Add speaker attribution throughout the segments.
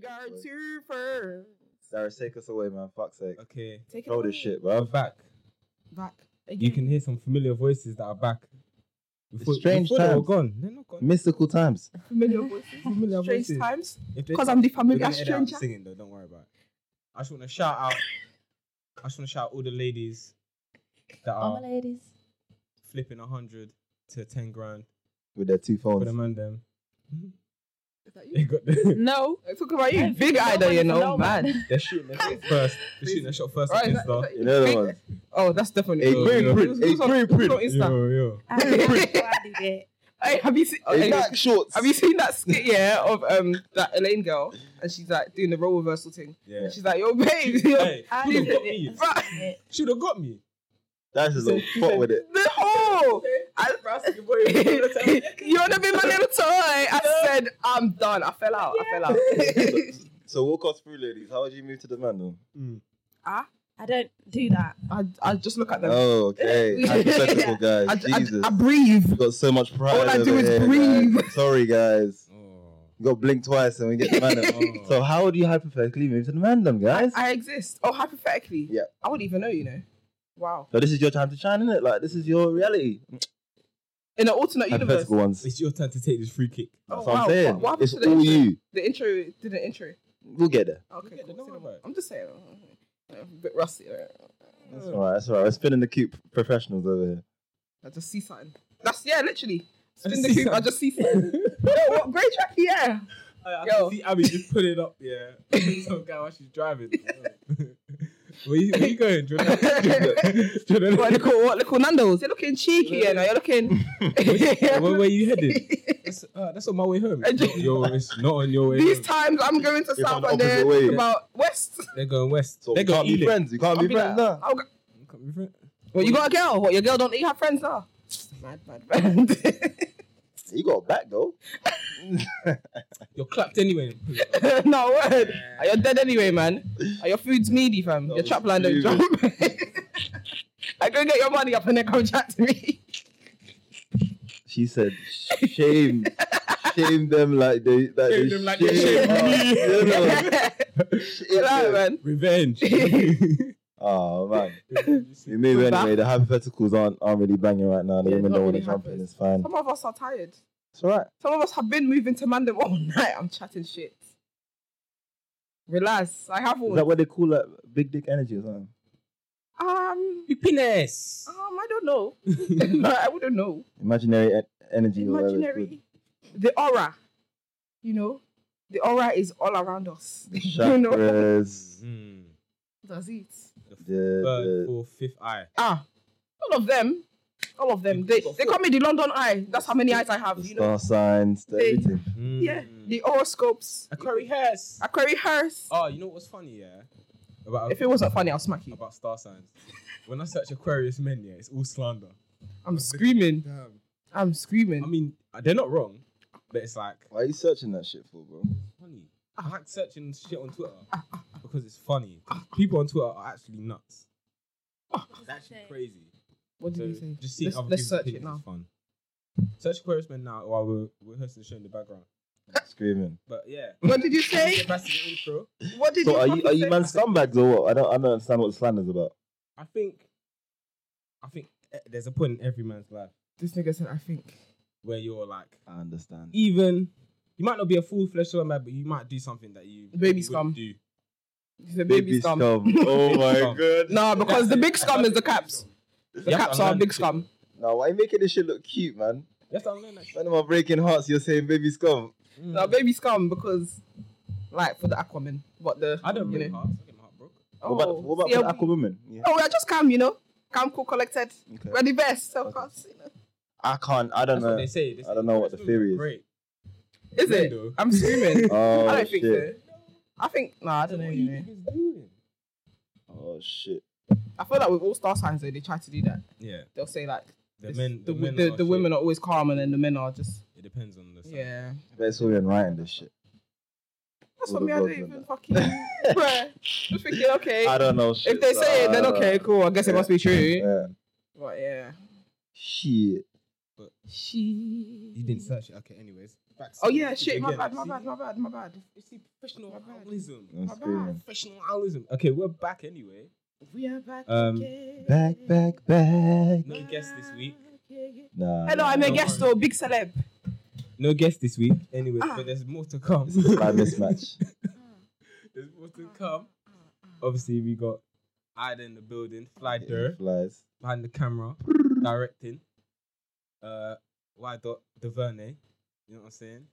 Speaker 1: Guards here first.
Speaker 2: Darius, take us away, man. Fuck's sake.
Speaker 3: Okay.
Speaker 1: Take it
Speaker 2: Throw
Speaker 1: away.
Speaker 2: this shit,
Speaker 3: We're
Speaker 2: bro.
Speaker 3: back.
Speaker 1: back.
Speaker 3: You
Speaker 1: Again.
Speaker 3: can hear some familiar voices that are back.
Speaker 2: strange
Speaker 3: before they were
Speaker 2: times.
Speaker 3: gone. They're not gone.
Speaker 2: Mystical times.
Speaker 1: familiar voices.
Speaker 3: Familiar
Speaker 1: Strange
Speaker 3: voices.
Speaker 1: times.
Speaker 3: If they-
Speaker 1: Because I'm the
Speaker 3: we're
Speaker 1: familiar
Speaker 3: gonna edit out
Speaker 1: stranger.
Speaker 3: singing though. Don't worry about it. I just want to shout out. I just want to shout out all the ladies that
Speaker 4: All
Speaker 1: Oh.
Speaker 3: are
Speaker 4: my ladies.
Speaker 3: flipping a hundred to ten grand
Speaker 2: With their two
Speaker 3: for
Speaker 2: phones.
Speaker 3: the man them.
Speaker 1: Is that
Speaker 3: They
Speaker 1: you?
Speaker 3: got the,
Speaker 4: No.
Speaker 1: Talk about you.
Speaker 4: I
Speaker 1: Big
Speaker 4: don't
Speaker 1: eye though,
Speaker 4: want
Speaker 1: you
Speaker 4: to
Speaker 1: know,
Speaker 4: know,
Speaker 1: man.
Speaker 3: they're shooting their shot first. They're shooting their shot first
Speaker 1: Right,
Speaker 3: on
Speaker 1: is that-
Speaker 3: Insta.
Speaker 1: is that-
Speaker 2: You know the
Speaker 1: big-
Speaker 2: ones.
Speaker 1: Oh, that's definitely.
Speaker 2: Hey,
Speaker 1: Oh,
Speaker 3: green
Speaker 1: yeah.
Speaker 2: print, hey,
Speaker 1: Who's on-
Speaker 2: green
Speaker 1: who's on
Speaker 2: print.
Speaker 1: Insta?
Speaker 3: Yo, yo.
Speaker 4: I don't know why I did it.
Speaker 1: Hey, have you seen?
Speaker 2: Hey,
Speaker 1: hey,
Speaker 2: back shorts.
Speaker 1: Have you seen that skit? Yeah, of um that Elaine girl, and she's like doing the role reversal thing.
Speaker 3: Yeah.
Speaker 1: And she's like, "Yo, babe, you're-
Speaker 3: Hey,
Speaker 4: I
Speaker 3: should have
Speaker 4: did
Speaker 3: got
Speaker 4: it.
Speaker 3: me.
Speaker 1: bruh,
Speaker 4: It-
Speaker 3: Should have got me.
Speaker 2: That's just a fuck with it.
Speaker 1: the whole." I- you wanna be my little toy? I said, I'm done. I fell out. I fell out.
Speaker 2: So walk us through, ladies. How would you move to the man, though?
Speaker 3: Mm.
Speaker 4: I don't do that.
Speaker 1: I, I just look at them.
Speaker 2: Oh, okay. Hypothetical guys.
Speaker 1: I,
Speaker 2: Jesus.
Speaker 1: I, I breathe.
Speaker 2: We've got so much pride.
Speaker 1: All I do
Speaker 2: over
Speaker 1: is
Speaker 2: here,
Speaker 1: breathe.
Speaker 2: guys. Sorry, guys.
Speaker 3: Oh.
Speaker 2: We got blink twice and we get the man. them.
Speaker 3: Oh.
Speaker 2: So how would you hypothetically move to the man, them, guys?
Speaker 1: I exist. Oh, hypothetically.
Speaker 2: Yeah.
Speaker 1: I wouldn't even know, you know. Wow.
Speaker 2: So this is your time to shine, isn't it? Like this is your reality.
Speaker 1: In an alternate universe.
Speaker 2: Hypothetical ones.
Speaker 3: It's your turn to take this free kick.
Speaker 1: Oh,
Speaker 2: That's what I'm
Speaker 1: wow.
Speaker 2: saying.
Speaker 1: What, what happened
Speaker 2: it's
Speaker 1: to the
Speaker 2: all
Speaker 1: intro?
Speaker 2: you.
Speaker 1: The intro did an intro.
Speaker 2: We'll get there.
Speaker 1: Okay,
Speaker 3: Yeah,
Speaker 1: cool.
Speaker 3: don't worry about it.
Speaker 1: I'm just saying. uh, A bit rusty. uh,
Speaker 2: That's all right. That's all right. We're spinning the cute professionals over here.
Speaker 1: I just see something. That's, yeah, literally.
Speaker 3: I
Speaker 1: Spin
Speaker 3: just
Speaker 1: the
Speaker 3: see
Speaker 1: cube, I
Speaker 3: something.
Speaker 1: just see something. Yo, what, great track, yeah.
Speaker 3: I, I
Speaker 1: Yo.
Speaker 3: can see Abby just put it up, yeah. Some guy while she's driving. where, you, where you going, Jordan? Jordan?
Speaker 1: What, look at what, look at Nando's. You're looking cheeky, yeah. Now you're looking.
Speaker 3: Where, where you headed? That's, uh, that's on my way home.
Speaker 1: And
Speaker 3: It's
Speaker 1: you-
Speaker 3: not, your- it's not on your way
Speaker 1: These
Speaker 3: home.
Speaker 1: times I'm going to
Speaker 2: You're
Speaker 1: South
Speaker 2: from the
Speaker 1: and they're
Speaker 2: opposite way.
Speaker 1: about West.
Speaker 3: They're going west.
Speaker 2: So
Speaker 3: They're
Speaker 2: we can't
Speaker 3: going
Speaker 2: be
Speaker 3: Ealing.
Speaker 2: friends. We can't
Speaker 1: I'll
Speaker 2: be
Speaker 1: be
Speaker 2: friends
Speaker 1: like,
Speaker 2: now.
Speaker 1: "Oh, God."
Speaker 3: Can't be friends.
Speaker 1: What, you got a girl? What, your girl don't you have friends now? Mad, mad, mad.
Speaker 2: You got a back though.
Speaker 3: You're clapped anyway.
Speaker 1: no word. Are you dead anyway, man? Are your food's meaty, fam?
Speaker 2: No,
Speaker 1: your trap line don't
Speaker 2: it's
Speaker 1: jump. I go get your money up and then come chat to me.
Speaker 2: She said, "Shame, shame them like they, like
Speaker 3: Shame
Speaker 2: they
Speaker 3: them like they shame
Speaker 2: us."
Speaker 3: me.
Speaker 2: You know?
Speaker 1: Chill out,
Speaker 2: them.
Speaker 1: man.
Speaker 3: Revenge.
Speaker 2: Oh man, we
Speaker 3: You're
Speaker 2: move
Speaker 1: Back.
Speaker 2: anyway. The hypotheticals aren't aren't really banging right now. The
Speaker 1: Yeah,
Speaker 2: women
Speaker 1: not
Speaker 2: don't want
Speaker 1: really
Speaker 2: to jump in.
Speaker 1: hypos.
Speaker 2: It's fine.
Speaker 1: Some of us are tired.
Speaker 2: It's alright.
Speaker 1: Some of us have been moving to Mandem all night. I'm chatting shit. Relax. I have
Speaker 2: Is
Speaker 1: one.
Speaker 2: that what they call like big dick energy or something?
Speaker 1: um,
Speaker 3: penis.
Speaker 1: um, I don't know. I wouldn't know.
Speaker 2: Imaginary en- energy. or whatever it's
Speaker 1: Imaginary. The aura. You know, the aura is all around us.
Speaker 2: called.
Speaker 1: you know,
Speaker 2: Chakras.
Speaker 3: Mm.
Speaker 1: that's it.
Speaker 2: the,
Speaker 3: Third,
Speaker 2: the,
Speaker 3: fourth, fifth eye.
Speaker 1: Ah, all of them. All of them. They, they call me the London Eye. That's how many eyes I have.
Speaker 2: the
Speaker 1: You
Speaker 2: star
Speaker 1: know.
Speaker 2: signs. The
Speaker 1: They-
Speaker 2: everything.
Speaker 3: Mm.
Speaker 1: Yeah. The horoscopes.
Speaker 3: A curry hairs.
Speaker 1: I query hers.
Speaker 3: Oh, you know what's funny, yeah? About
Speaker 1: If it wasn't funny, I'll smack you.
Speaker 3: about star signs. When I search Aquarius men, yeah, it's all slander.
Speaker 1: I'm screaming.
Speaker 3: Damn.
Speaker 1: I'm screaming.
Speaker 3: I mean, they're not wrong, but it's like
Speaker 2: Why are you searching that shit for, bro?
Speaker 3: funny. I like searching shit on Twitter because it's funny. 'Cause People on Twitter are actually nuts. It's actually crazy.
Speaker 1: what did
Speaker 3: So
Speaker 1: you say?
Speaker 3: just see
Speaker 1: Let's-
Speaker 3: other
Speaker 1: let's
Speaker 3: people's
Speaker 1: search it
Speaker 3: opinions is
Speaker 1: now.
Speaker 3: Fun. Search Aquarius men now while we're rehearsing the show in the background.
Speaker 2: Screaming.
Speaker 3: But yeah.
Speaker 1: What did you say?
Speaker 3: Get back to the intro.
Speaker 1: What did
Speaker 2: So
Speaker 1: you
Speaker 2: are you
Speaker 1: fucking
Speaker 2: are you
Speaker 1: say?
Speaker 2: man scumbags or what? I don't I don't understand what slander's about.
Speaker 3: I think, I think eh, there's a point in every man's life
Speaker 1: This nigga said, I think.
Speaker 3: where you're like,
Speaker 2: I understand.
Speaker 3: even you might not be a full fledged man, but you might do something that you
Speaker 1: Baby
Speaker 3: wouldn't
Speaker 1: scum.
Speaker 3: Do.
Speaker 1: He said, baby, scum.
Speaker 2: Oh
Speaker 3: Baby
Speaker 2: my
Speaker 3: scum.
Speaker 2: god.
Speaker 1: No, because the big scum is the caps. The
Speaker 3: Yeah,
Speaker 1: caps
Speaker 3: I'm
Speaker 1: are
Speaker 3: learning
Speaker 1: big
Speaker 3: shit.
Speaker 1: scum.
Speaker 2: No, why you making this shit look cute, man?
Speaker 3: That's what I'm learning. actually.
Speaker 2: None of my breaking hearts, you're saying baby scum.
Speaker 3: Mm.
Speaker 1: No, baby scum because, like, for the Aquaman, what the.
Speaker 3: I don't
Speaker 1: you
Speaker 3: break
Speaker 1: know.
Speaker 3: hearts. I get my heart broke.
Speaker 1: Oh,
Speaker 2: what about, what about
Speaker 1: yeah,
Speaker 2: for the aqua women? Yeah.
Speaker 1: Oh, I just calm, you know? Calm, cool, collected.
Speaker 2: Okay.
Speaker 1: We're the best, so
Speaker 2: Okay.
Speaker 1: course, you know.
Speaker 2: I can't, I don't
Speaker 3: That's what
Speaker 2: know.
Speaker 3: they say. They say
Speaker 2: I don't know what the theory
Speaker 3: Aquarius women
Speaker 2: is.
Speaker 3: are Great.
Speaker 1: Is
Speaker 3: Yeah,
Speaker 1: it?
Speaker 3: though.
Speaker 1: I'm screaming.
Speaker 2: Oh,
Speaker 1: I don't
Speaker 2: shit.
Speaker 1: think so. I think, nah, I
Speaker 3: So
Speaker 1: don't know.
Speaker 3: what
Speaker 1: You
Speaker 3: you
Speaker 1: know.
Speaker 3: niggas doing?
Speaker 2: Oh, shit.
Speaker 1: I feel like with all star signs, though, they try to do that.
Speaker 3: Yeah,
Speaker 1: They'll say, like,
Speaker 3: the
Speaker 1: this-
Speaker 3: men,
Speaker 1: the,
Speaker 3: the, men
Speaker 1: the,
Speaker 3: are
Speaker 1: the
Speaker 3: shit.
Speaker 1: women are always calm and then the men are just,
Speaker 3: It depends on the. sign.
Speaker 1: yeah.
Speaker 2: I bet it's all in writing this shit.
Speaker 1: That's what
Speaker 2: All the
Speaker 1: me, I don't
Speaker 2: girls
Speaker 1: even
Speaker 2: and
Speaker 1: fucking. Bruh. Just thinking, okay.
Speaker 2: I don't know Ah, shit.
Speaker 1: If they
Speaker 2: so
Speaker 1: say it,
Speaker 2: I
Speaker 1: then
Speaker 2: don't
Speaker 1: okay,
Speaker 2: know.
Speaker 1: cool. I guess it
Speaker 2: Yeah.
Speaker 1: must be true.
Speaker 2: Yeah.
Speaker 1: But yeah.
Speaker 2: Shit.
Speaker 1: She.
Speaker 3: You didn't search it. Okay, anyways. back.
Speaker 1: Oh yeah, shit. My
Speaker 3: Again,
Speaker 1: bad. My
Speaker 3: see?
Speaker 1: bad. My bad. My bad.
Speaker 3: It's the professional
Speaker 1: My bad.
Speaker 3: alcoholism.
Speaker 2: I'm screaming.
Speaker 3: Professionalism. Okay, we're back anyway.
Speaker 4: We are back
Speaker 3: Um,
Speaker 4: again.
Speaker 2: Back, back, back.
Speaker 3: No guest this week.
Speaker 2: Nah.
Speaker 1: Hello, I'm a
Speaker 3: Don't
Speaker 1: guest
Speaker 3: worry.
Speaker 1: though, big celeb.
Speaker 3: No guest this week. Anyway,
Speaker 1: Ah.
Speaker 3: but there's more to come.
Speaker 2: This is my mismatch.
Speaker 3: there's more
Speaker 1: Mm,
Speaker 3: to come. Obviously, we got Ida in the building, Fly
Speaker 2: Yeah,
Speaker 3: Dur
Speaker 2: Flies.
Speaker 3: behind the camera, directing. Uh, Y dot Deverne. You know what I'm saying?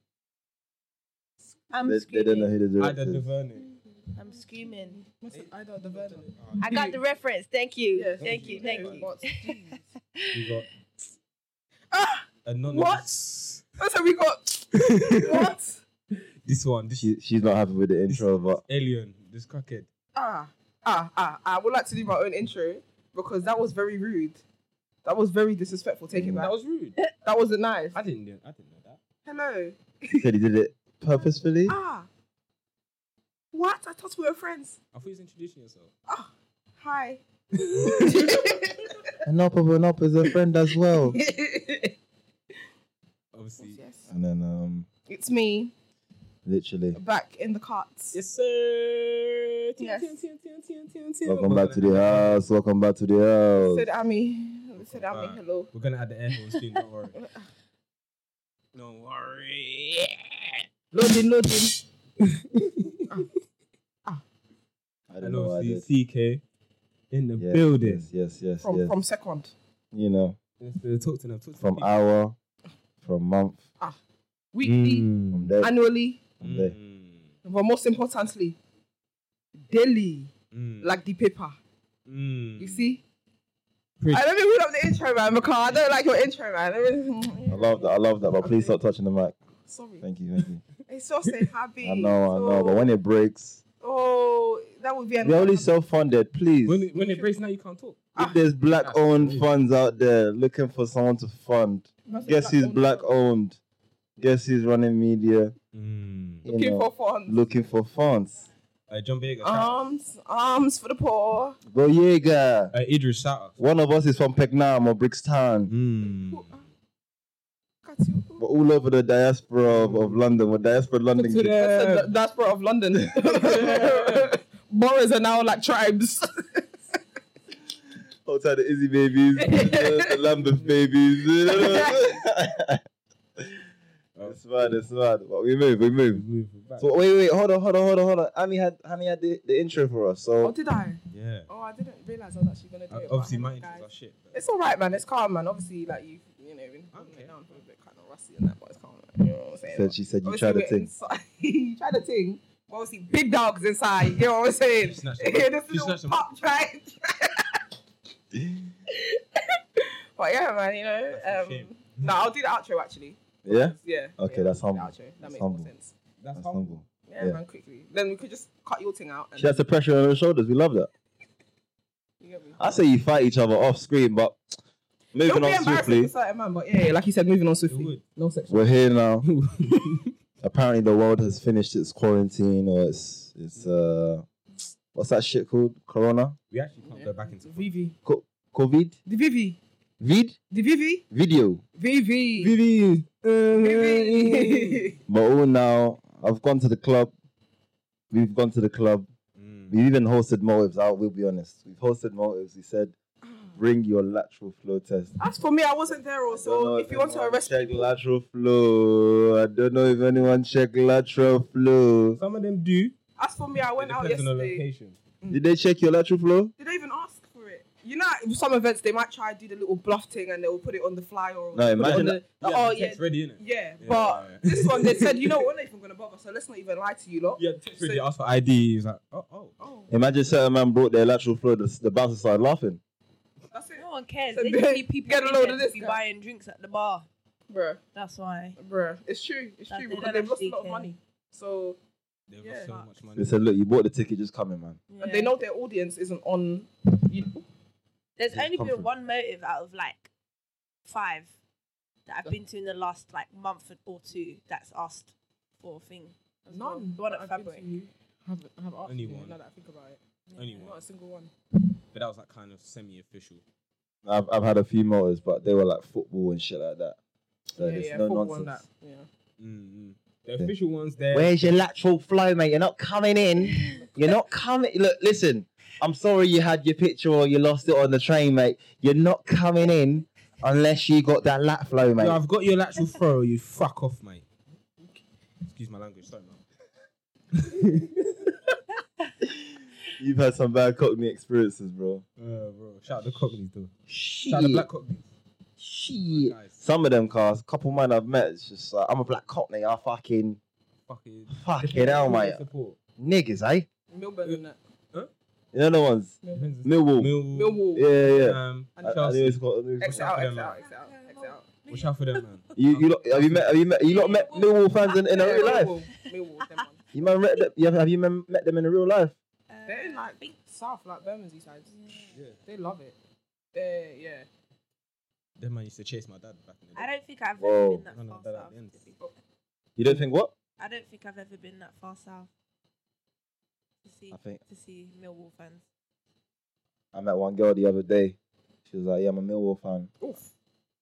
Speaker 4: I'm
Speaker 2: They, they don't know
Speaker 4: screaming.
Speaker 2: who the
Speaker 3: Ida
Speaker 2: director is.
Speaker 3: Deverne.
Speaker 4: I'm screaming.
Speaker 3: I dot Deverne.
Speaker 4: I got the reference. Thank you.
Speaker 1: Yes.
Speaker 4: Thank you. Thank you.
Speaker 3: We got
Speaker 1: Ah,
Speaker 3: anonymous.
Speaker 1: that's how we got. What?
Speaker 3: This one, this
Speaker 2: She, she's not happy with the intro, but
Speaker 3: alien, this crackhead.
Speaker 1: Ah, ah, ah, ah. I would like to do my own intro because that was very rude. That was very disrespectful. Take it
Speaker 3: That
Speaker 1: back.
Speaker 3: was rude.
Speaker 1: That wasn't nice.
Speaker 3: I didn't know. I didn't know that.
Speaker 1: Hello.
Speaker 2: she said he did it purposefully.
Speaker 1: Ah. What? I thought we were friends. Ah,
Speaker 3: I thought you was introducing yourself.
Speaker 1: Hi.
Speaker 2: And up of an up is a friend as well.
Speaker 1: yes.
Speaker 3: Obviously.
Speaker 2: And then um,
Speaker 1: It's me
Speaker 2: literally,
Speaker 1: back in the carts.
Speaker 3: Yes, sir. Tin,
Speaker 1: Yes.
Speaker 3: tin, tin, tin, tin, tin, tin.
Speaker 2: welcome
Speaker 3: We're
Speaker 2: back to
Speaker 3: gonna
Speaker 2: the
Speaker 3: add-
Speaker 2: house. Welcome back to the
Speaker 1: Said Ami. Said Ami.
Speaker 3: Alright.
Speaker 1: Hello.
Speaker 3: We're gonna add the air horns soon. Don't worry. Don't worry.
Speaker 1: Loading, loading.
Speaker 2: house. I don't
Speaker 3: And
Speaker 2: know why I
Speaker 3: obviously
Speaker 2: did.
Speaker 3: CK in the
Speaker 2: Yes,
Speaker 3: building.
Speaker 2: Yes, yes, yes,
Speaker 1: From
Speaker 2: yes.
Speaker 1: from second.
Speaker 2: You know,
Speaker 3: Yes, sir. Talk to them. Talk to
Speaker 2: from
Speaker 3: them.
Speaker 2: hour, from month,
Speaker 1: Weekly,
Speaker 2: from day,
Speaker 1: annually,
Speaker 2: from day.
Speaker 3: Mm.
Speaker 1: but most importantly, daily.
Speaker 3: Mm.
Speaker 1: Like the paper.
Speaker 3: Mm.
Speaker 1: You see?
Speaker 3: Preach.
Speaker 1: I don't even up the intro, man, because I don't like your intro, man. I mean,
Speaker 3: Mm.
Speaker 2: I love that. I love that. But please stop touching the mic.
Speaker 1: Sorry.
Speaker 2: Thank you, thank you.
Speaker 1: It's so say happy.
Speaker 2: I know, I know. But when it breaks,
Speaker 1: Oh, that would be an
Speaker 2: we're only self-funded. Please,
Speaker 3: When it, when it breaks now, you can't talk.
Speaker 2: if there's black-owned
Speaker 3: Ah.
Speaker 2: funds out there looking for someone to fund, guess who's black-owned? Guess who's running media?
Speaker 3: Mm.
Speaker 2: You
Speaker 1: Looking
Speaker 2: know,
Speaker 1: for funds.
Speaker 2: looking for funds.
Speaker 3: Uh, John Baker. shout out.
Speaker 1: Arms, arms for the poor.
Speaker 2: Boyega.
Speaker 3: Uh, Idris, shout out.
Speaker 2: One of us is from Pecknam or Brixton.
Speaker 3: Mm.
Speaker 1: Got you.
Speaker 2: But all over the diaspora of, of London, we're diaspora London.
Speaker 3: To
Speaker 2: kids.
Speaker 1: That's the
Speaker 3: the-
Speaker 1: da- diaspora of London. Boroughs are now like tribes.
Speaker 2: Outside the Izzy babies, the, the Lambeth babies. it's mad, it's mad. But we move, we move.
Speaker 3: Move, move back.
Speaker 2: So wait, wait, hold on, hold on, hold on, hold on. Ami had, Ami had the, the intro for us.
Speaker 1: Oh,
Speaker 2: So
Speaker 1: did I?
Speaker 3: yeah.
Speaker 1: Oh, I didn't realize I was actually gonna do
Speaker 3: Uh,
Speaker 1: it. but
Speaker 3: obviously,
Speaker 1: I
Speaker 3: my
Speaker 1: haven't,
Speaker 3: intros
Speaker 1: guys.
Speaker 3: are shit. but-
Speaker 1: It's all right, man. It's calm, man. Obviously, like you, you know, been holding
Speaker 3: Okay.
Speaker 1: it down for a bit, kind of rusty and that, but it's calm. Man. You know what I'm saying?
Speaker 2: said she said you
Speaker 1: Obviously,
Speaker 2: tried to
Speaker 1: we're
Speaker 2: think.
Speaker 1: inside- you try to ting. But obviously, big dogs inside. You know what I'm saying?
Speaker 3: She snatched them up.
Speaker 1: this
Speaker 3: She
Speaker 1: little
Speaker 3: snatched them
Speaker 1: pop tried. but yeah, man, you know.
Speaker 3: That's a
Speaker 1: um,
Speaker 3: shame.
Speaker 1: no, I'll do the outro actually.
Speaker 2: Yeah?
Speaker 1: Yeah.
Speaker 2: Okay,
Speaker 1: yeah,
Speaker 2: that's
Speaker 1: I'll do
Speaker 2: humble.
Speaker 1: The outro. That
Speaker 2: That's
Speaker 1: makes
Speaker 2: humble.
Speaker 1: more sense.
Speaker 3: That's
Speaker 2: That's
Speaker 3: how
Speaker 2: humble.
Speaker 1: Yeah,
Speaker 2: Yeah.
Speaker 1: man, quickly. Then we could just cut your thing out. And
Speaker 2: She has the pressure on her shoulders. We love that.
Speaker 1: you get me?
Speaker 2: I say you fight each other off screen, but
Speaker 1: It'll
Speaker 2: moving
Speaker 1: be
Speaker 2: on
Speaker 1: embarrassing
Speaker 2: swiftly.
Speaker 1: for certain man, but yeah, yeah, like you said, moving on
Speaker 3: it
Speaker 1: swiftly.
Speaker 3: would.
Speaker 1: No sexual.
Speaker 2: We're here now. Apparently, the world has finished its quarantine or its its uh, what's that shit called? Corona,
Speaker 3: We actually can't go back into
Speaker 1: Vivi.
Speaker 2: COVID,
Speaker 1: The Vivi.
Speaker 2: vid,
Speaker 1: The Vivi.
Speaker 2: video,
Speaker 1: Vivi.
Speaker 2: Vivi.
Speaker 1: Vivi.
Speaker 2: But all now, I've gone to the club. We've gone to the club.
Speaker 3: Mm.
Speaker 2: We've even hosted motives. I will be honest. We've hosted motives. We said,
Speaker 1: Oh.
Speaker 2: bring your lateral flow test.
Speaker 1: As for me, I wasn't there,
Speaker 2: I don't know
Speaker 1: also. If you want to
Speaker 2: anyone
Speaker 1: arrest
Speaker 2: Oh, check lateral flow, I don't know if anyone check lateral flow.
Speaker 3: Some of them do.
Speaker 1: As for me, I went
Speaker 3: it
Speaker 1: out
Speaker 3: depends on the
Speaker 1: yesterday.
Speaker 3: location.
Speaker 1: Mm.
Speaker 2: Did they check your lateral flow?
Speaker 1: Did they even ask for it? You know, at some events they might try to do the little bluff thing and they will put it on the flyer. Or
Speaker 2: No,
Speaker 1: put it on
Speaker 2: imagine
Speaker 1: the- oh
Speaker 3: the
Speaker 1: yeah,
Speaker 3: text ready, innit?
Speaker 1: yeah,
Speaker 3: Yeah,
Speaker 1: But
Speaker 3: yeah.
Speaker 1: this one they said, you know, we're not even gonna bother, so let's not even lie to you lot.
Speaker 3: Yeah, the text ready.
Speaker 1: So-
Speaker 3: Ask for ID. He's like, oh, oh.
Speaker 1: Oh,
Speaker 2: Imagine certain man brought their lateral flow, the, the bouncer started laughing.
Speaker 1: that's it,
Speaker 4: No one cares.
Speaker 1: So
Speaker 4: They
Speaker 1: then
Speaker 4: just need people
Speaker 1: get a
Speaker 4: in
Speaker 1: load
Speaker 4: there
Speaker 1: of
Speaker 4: to
Speaker 1: this
Speaker 4: be
Speaker 1: guy.
Speaker 4: buying drinks at the bar.
Speaker 1: bruh,
Speaker 4: That's why.
Speaker 1: bruh. It's true, it's
Speaker 4: That
Speaker 1: true
Speaker 4: they
Speaker 1: because
Speaker 4: don't
Speaker 1: they've lost a
Speaker 4: actually
Speaker 1: lot of
Speaker 4: care.
Speaker 1: money, so
Speaker 3: They've
Speaker 1: Yeah.
Speaker 3: got so much money.
Speaker 2: They said, Look, you bought the ticket, just come in, man.
Speaker 1: and
Speaker 4: Yeah.
Speaker 1: they know their audience isn't on. You,
Speaker 4: There's
Speaker 2: It's
Speaker 4: only been
Speaker 2: comfort.
Speaker 4: one motive out of like five that I've been to in the last like month or two that's asked for a thing. as well.
Speaker 1: none.
Speaker 4: The one at
Speaker 1: that I've been
Speaker 4: February.
Speaker 1: to, Have have asked
Speaker 3: Only
Speaker 1: you,
Speaker 3: one.
Speaker 1: Now that I think about it,
Speaker 3: Only one.
Speaker 1: not a single one.
Speaker 3: But that was like kind of semi-official.
Speaker 2: I've, I've had a few motors, but they were like football and shit like that. So
Speaker 1: yeah,
Speaker 2: it's
Speaker 1: yeah,
Speaker 2: no
Speaker 1: football and
Speaker 2: nonsense.
Speaker 1: that, Yeah.
Speaker 3: Mm, mm. The official ones there.
Speaker 5: Where's your lateral flow, mate? You're not coming in. You're not coming. Look, listen. I'm sorry you had your picture or you lost it on the train, mate. You're not coming in unless you got that lat flow,
Speaker 3: Yo,
Speaker 5: mate.
Speaker 3: I've got your lateral throw. You fuck off, mate. Excuse my language. Sorry, man.
Speaker 2: You've had some bad Cockney experiences, bro.
Speaker 3: Uh, bro. Shout out the Cockneys, though. Shout out the
Speaker 5: Shit.
Speaker 3: Black Cockneys.
Speaker 5: Shit.
Speaker 3: Guys,
Speaker 2: Some of them cars, couple man I've met, it's just like I'm a black Cockney. I fucking
Speaker 3: fucking.
Speaker 2: fucking hell, mate.
Speaker 3: Support.
Speaker 2: Niggas, eh?
Speaker 1: Millburn and that.
Speaker 2: You know the ones. Millwall.
Speaker 3: Millwall.
Speaker 1: Millwall.
Speaker 2: Yeah, yeah.
Speaker 3: Um,
Speaker 2: I- I
Speaker 3: Chelsea.
Speaker 2: knew it's got- I knew it's
Speaker 1: Exit
Speaker 2: got-
Speaker 1: out,
Speaker 3: for
Speaker 1: exit
Speaker 3: them,
Speaker 1: out,
Speaker 3: man.
Speaker 1: exit out, exit out.
Speaker 3: Watch out for them, man.
Speaker 2: You, you lot, have you met? Have you met? You lot met Millwall fans in, in
Speaker 1: Yeah,
Speaker 2: real life.
Speaker 1: Millwall, Millwall, them ones.
Speaker 2: You man, met them, you have, have you men- met them in real life?
Speaker 6: Uh,
Speaker 1: They're in like
Speaker 6: I think-
Speaker 1: South, like Bermondsey sides.
Speaker 3: Yeah.
Speaker 1: They love it. They yeah.
Speaker 3: Them man used to chase my dad back in the
Speaker 6: I
Speaker 3: day.
Speaker 6: don't think I've
Speaker 2: Whoa.
Speaker 6: ever been that
Speaker 3: No, no,
Speaker 6: far
Speaker 3: that- that
Speaker 6: south.
Speaker 3: ends.
Speaker 6: to be-
Speaker 2: You don't think what?
Speaker 6: I don't think I've ever been that far south to see
Speaker 2: I think
Speaker 6: to see Millwall fans.
Speaker 2: I met one girl the other day. She was like, "Yeah, I'm a Millwall fan."
Speaker 1: Oof.